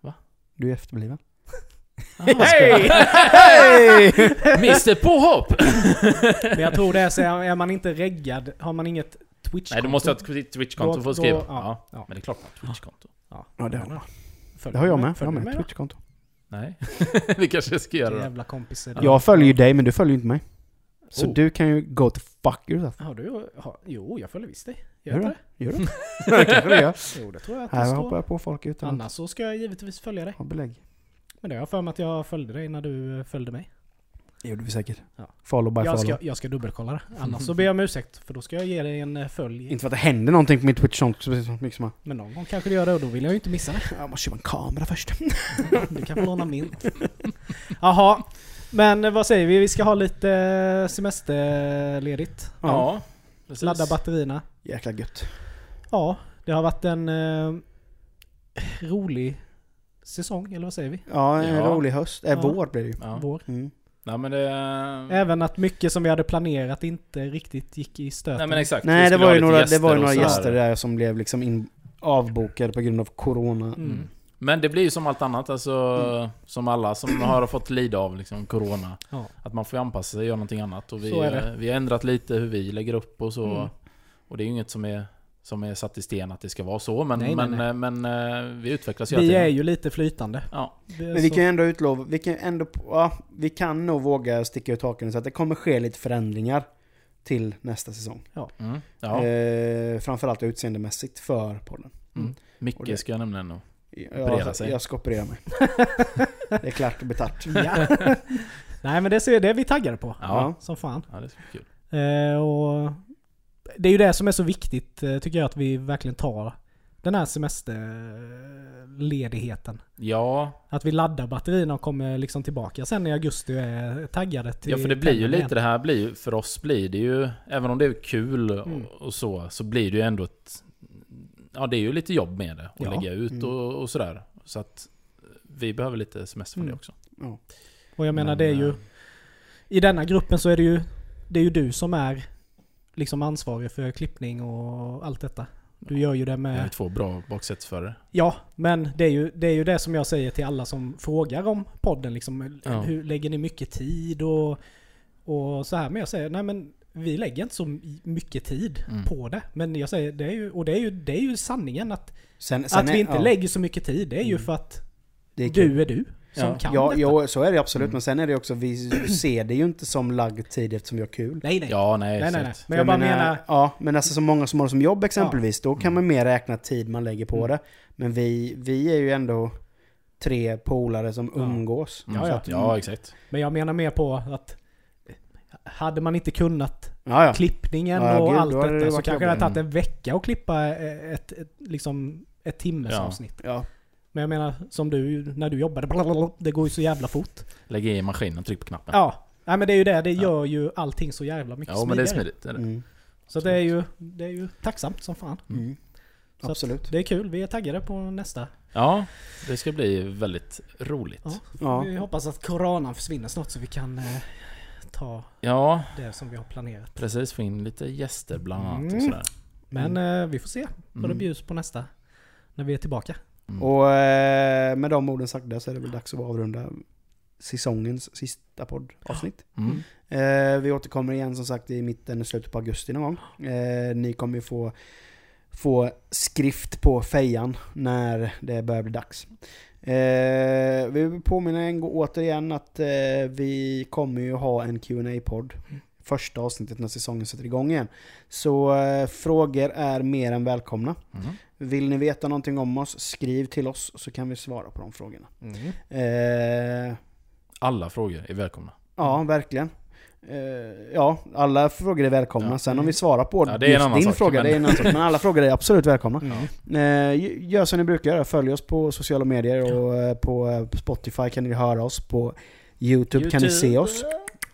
Speaker 2: Va?
Speaker 3: Du är efterbliven.
Speaker 1: Hej!
Speaker 2: Mr Påhopp!
Speaker 1: Men jag tror det är så, är är man inte reggad, har man inget twitch
Speaker 2: Nej, du måste ha ett Twitch-konto
Speaker 1: Då-
Speaker 2: för att
Speaker 1: då-
Speaker 2: skriva.
Speaker 1: ja,
Speaker 2: Ja,
Speaker 1: ja.
Speaker 2: Men det är klart man har ett Twitch-konto.
Speaker 3: Ja, det har jag.
Speaker 1: Följ
Speaker 3: Det har jag
Speaker 1: mig,
Speaker 3: med. Jag
Speaker 1: följ
Speaker 3: har med
Speaker 1: mig
Speaker 3: ett
Speaker 1: då.
Speaker 3: Twitch-konto.
Speaker 2: Nej, det kanske jag ska
Speaker 1: Din
Speaker 2: göra då.
Speaker 1: Jävla kompisar.
Speaker 3: Jag följer ju dig, men du följer ju inte mig. Så
Speaker 2: Oh.
Speaker 3: du kan ju go to fuck yourself.
Speaker 1: Har du... Har, jo, jag följer visst dig. Gör
Speaker 3: Gör
Speaker 1: jag
Speaker 3: du
Speaker 1: inte
Speaker 3: Gör du? det kanske du gör.
Speaker 1: det? Jo, det tror jag att det
Speaker 3: Här hoppar
Speaker 1: står.
Speaker 3: jag på folk utan att
Speaker 1: Annars så ska jag givetvis följa dig.
Speaker 3: ha belägg.
Speaker 1: Men det har jag för mig att jag följde dig när du eh, följde mig.
Speaker 3: Det gjorde vi säkert.
Speaker 1: Ja.
Speaker 3: Follow by follow.
Speaker 1: Jag ska, jag ska dubbelkolla det. Annars så ber jag om ursäkt, för då ska jag ge dig en eh, följ.
Speaker 3: Inte för att det händer någonting på mitt Twitch-konto precis som mycket som här.
Speaker 1: Men någon gång kanske du gör det och då vill jag ju inte missa det.
Speaker 3: Jag måste köpa en kamera först.
Speaker 1: Du kan få låna min. Jaha. Men eh, vad säger vi? Vi ska ha lite eh, semesterledigt.
Speaker 2: Ja, precis.
Speaker 1: Ladda batterierna.
Speaker 3: Jäkla gött.
Speaker 1: Ja, det har varit en eh, rolig säsong, eller vad säger vi?
Speaker 3: Ja, en
Speaker 2: Ja.
Speaker 3: rolig höst. Äh,
Speaker 1: Ja.
Speaker 3: vår blir det ju.
Speaker 2: Ja.
Speaker 1: Vår.
Speaker 3: Mm.
Speaker 2: Nej men det...
Speaker 1: Även att mycket som vi hade planerat inte riktigt gick i
Speaker 2: Nej
Speaker 1: stöten.
Speaker 2: men exakt. Vi
Speaker 3: Nej, det
Speaker 2: skulle
Speaker 3: var,
Speaker 2: ha
Speaker 3: ju
Speaker 2: lite
Speaker 3: några, det var ju
Speaker 2: och
Speaker 3: några
Speaker 2: så här.
Speaker 3: gäster där som blev liksom in, avbokade på grund av corona.
Speaker 1: mm.
Speaker 2: Men det blir ju som allt annat, alltså, som alla som har fått lida av liksom, corona.
Speaker 1: Ja.
Speaker 2: Att man får ju anpassa sig och göra någonting annat. Och vi,
Speaker 1: Så är det.
Speaker 2: eh, vi har ändrat lite hur vi lägger upp och så.
Speaker 1: Mm.
Speaker 2: Och det är ju inget som är, som är satt i sten att det ska vara så, men,
Speaker 1: Nej, nej,
Speaker 2: men,
Speaker 1: nej.
Speaker 2: eh, men eh, vi utvecklas ju hela
Speaker 1: Vi
Speaker 2: tiden.
Speaker 1: är ju lite flytande.
Speaker 2: Ja.
Speaker 1: Det är
Speaker 3: Men vi
Speaker 1: så-
Speaker 3: kan ju ändå utlova, vi kan ju ändå, ja, vi kan nog våga sticka ut hakan så att det kommer ske lite förändringar till nästa säsong.
Speaker 2: Mm. ja.
Speaker 3: Eh, framförallt utseendemässigt för podden. och det-
Speaker 2: Micke ska jag nämna ändå. Operera
Speaker 3: Jag,
Speaker 2: sig.
Speaker 3: jag ska operera mig. det är klart och betart.
Speaker 1: Ja. Nej men det ser det är vi taggade på.
Speaker 2: Ja.
Speaker 1: Som fan.
Speaker 2: ja, det ska bli kul.
Speaker 1: Eh, och det är ju det som är så viktigt eh, tycker jag att vi verkligen tar den här semesterledigheten.
Speaker 2: Ja,
Speaker 1: Att vi laddar batterierna och kommer liksom tillbaka sen i augusti och är taggade till
Speaker 2: Ja för det blir ju
Speaker 1: pennan igen.
Speaker 2: lite det här blir ju- för oss blir det ju, även om det är kul och,
Speaker 1: Mm.
Speaker 2: och så, så blir det ju ändå ett... Ja det är ju lite jobb med det, att
Speaker 1: Ja. Mm.
Speaker 2: lägga ut och, och sådär. Så att vi behöver lite semester för
Speaker 1: Mm.
Speaker 2: det också.
Speaker 1: Och jag menar
Speaker 2: Men,
Speaker 1: det är ju...
Speaker 2: eh,
Speaker 1: I denna gruppen så är det ju... Det är ju du som är liksom ansvarig för klippning och allt detta. Du gör ju det
Speaker 2: Vi har ju
Speaker 1: med...
Speaker 2: två bra baksätesförare.
Speaker 1: Ja, men det är, ju, det är ju det som jag säger till alla som frågar om podden. Liksom,
Speaker 2: Ja.
Speaker 1: Hur lägger ni mycket tid och, och så här. Men jag säger, nej men vi lägger inte så mycket tid
Speaker 2: Mm.
Speaker 1: på det. Men jag säger, det är ju, och det är ju, det är ju sanningen att,
Speaker 3: Sen, sen
Speaker 1: att
Speaker 3: är-
Speaker 1: vi inte
Speaker 3: ja,
Speaker 1: lägger så mycket tid. Det är ju
Speaker 3: Mm.
Speaker 1: för att
Speaker 3: det är kul.
Speaker 1: du är du som
Speaker 2: Ja.
Speaker 1: kan
Speaker 3: Ja,
Speaker 1: detta. Mm.
Speaker 3: jo, så är det absolut. Men sen är det också, vi ser det ju inte som lagd tid eftersom vi har kul.
Speaker 1: Nej, nej.
Speaker 2: Ja,
Speaker 1: nej,
Speaker 2: nej,
Speaker 1: nej, nej.
Speaker 2: exakt.
Speaker 1: Men jag bara menar... Mm.
Speaker 3: Ja, men alltså så många som har det som jobb exempelvis, då kan man mer räkna tid man lägger på det. Men vi, vi är ju ändå tre polare som
Speaker 1: Ja.
Speaker 3: umgås.
Speaker 2: Mm,
Speaker 1: Ja,
Speaker 2: så
Speaker 1: ja.
Speaker 2: att- ja, exakt.
Speaker 1: Men jag menar mer på att hade man inte kunnat
Speaker 3: Ja, ja.
Speaker 1: klippningen
Speaker 3: Ja,
Speaker 1: och
Speaker 3: gud,
Speaker 1: allt
Speaker 3: då hade det
Speaker 1: detta så
Speaker 3: varit
Speaker 1: kanske det
Speaker 3: jobbigt.
Speaker 1: hade tagit en vecka att klippa ett, ett, liksom ett timmes
Speaker 2: Ja.
Speaker 1: avsnitt.
Speaker 3: ja.
Speaker 1: Men jag menar som du, när du jobbade, blablabla, det går ju så jävla fort.
Speaker 2: Lägg i maskinen, tryck på knappen.
Speaker 1: Ja, Nej, men det är ju det, det gör ju allting så jävla mycket
Speaker 2: Ja, men det
Speaker 1: smidigare.
Speaker 2: är smidigt. Det är det.
Speaker 3: Mm.
Speaker 1: Så det är, ju, det är ju tacksamt som fan.
Speaker 3: Mm.
Speaker 1: Så att-
Speaker 3: Absolut.
Speaker 1: Det är kul, vi är taggade på nästa.
Speaker 2: Ja, det ska bli väldigt roligt.
Speaker 1: Ja.
Speaker 3: Ja. Mm.
Speaker 1: Vi hoppas att coronan försvinner snart så vi kan eh, ta
Speaker 2: Ja,
Speaker 1: det som vi har planerat.
Speaker 2: precis. Få in lite gäster bland annat
Speaker 1: Mm.
Speaker 2: och sådär.
Speaker 1: Men
Speaker 2: Mm.
Speaker 1: eh, vi får se vad det bjuds på nästa. När vi är tillbaka.
Speaker 2: Mm.
Speaker 3: Och eh, med de orden sagda så är det väl dags att avrunda säsongens sista poddavsnitt.
Speaker 2: Mm.
Speaker 3: Eh, vi återkommer igen som sagt i mitten och slutet på augusti någon gång. Eh, ni kommer ju få, få skrift på fejan när det börjar bli dags. Eh, vi vill påminna en gång återigen att eh, vi kommer ju ha en qa podd Första avsnittet när säsongen sätter igång igen. Så eh, frågor är mer än välkomna.
Speaker 2: Mm.
Speaker 3: Vill ni veta någonting om oss, skriv till oss så kan vi svara på de frågorna.
Speaker 1: Mm.
Speaker 3: Eh,
Speaker 2: Alla frågor är välkomna.
Speaker 3: Ja,
Speaker 2: Mm.
Speaker 3: verkligen. Eh, ja, alla frågor är välkomna.
Speaker 2: Ja. Mm.
Speaker 3: Sen om vi svarar på
Speaker 2: Ja, det är en
Speaker 3: just
Speaker 2: annan
Speaker 3: din
Speaker 2: sak,
Speaker 3: fråga,
Speaker 2: men-
Speaker 3: det är en annan sak. Men alla frågor är absolut välkomna.
Speaker 2: Ja.
Speaker 3: Eh, gör som ni brukar göra, följ oss på sociala medier och eh, på eh, Spotify kan ni höra oss. På YouTube, Typ, kan ni se oss.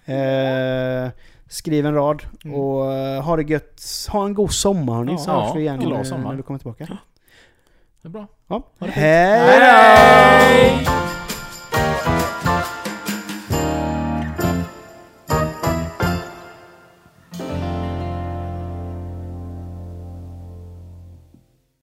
Speaker 3: Eh, skriv en rad
Speaker 1: Mm.
Speaker 3: och eh, ha det gött. Ha en god sommar hörni,
Speaker 1: Ja,
Speaker 3: så hörs vi
Speaker 2: ja,
Speaker 3: igen
Speaker 2: glad
Speaker 3: eh,
Speaker 2: sommar.
Speaker 3: när du kommer tillbaka.
Speaker 2: Det är bra.
Speaker 3: Ja.
Speaker 1: det fint.
Speaker 3: Hej då!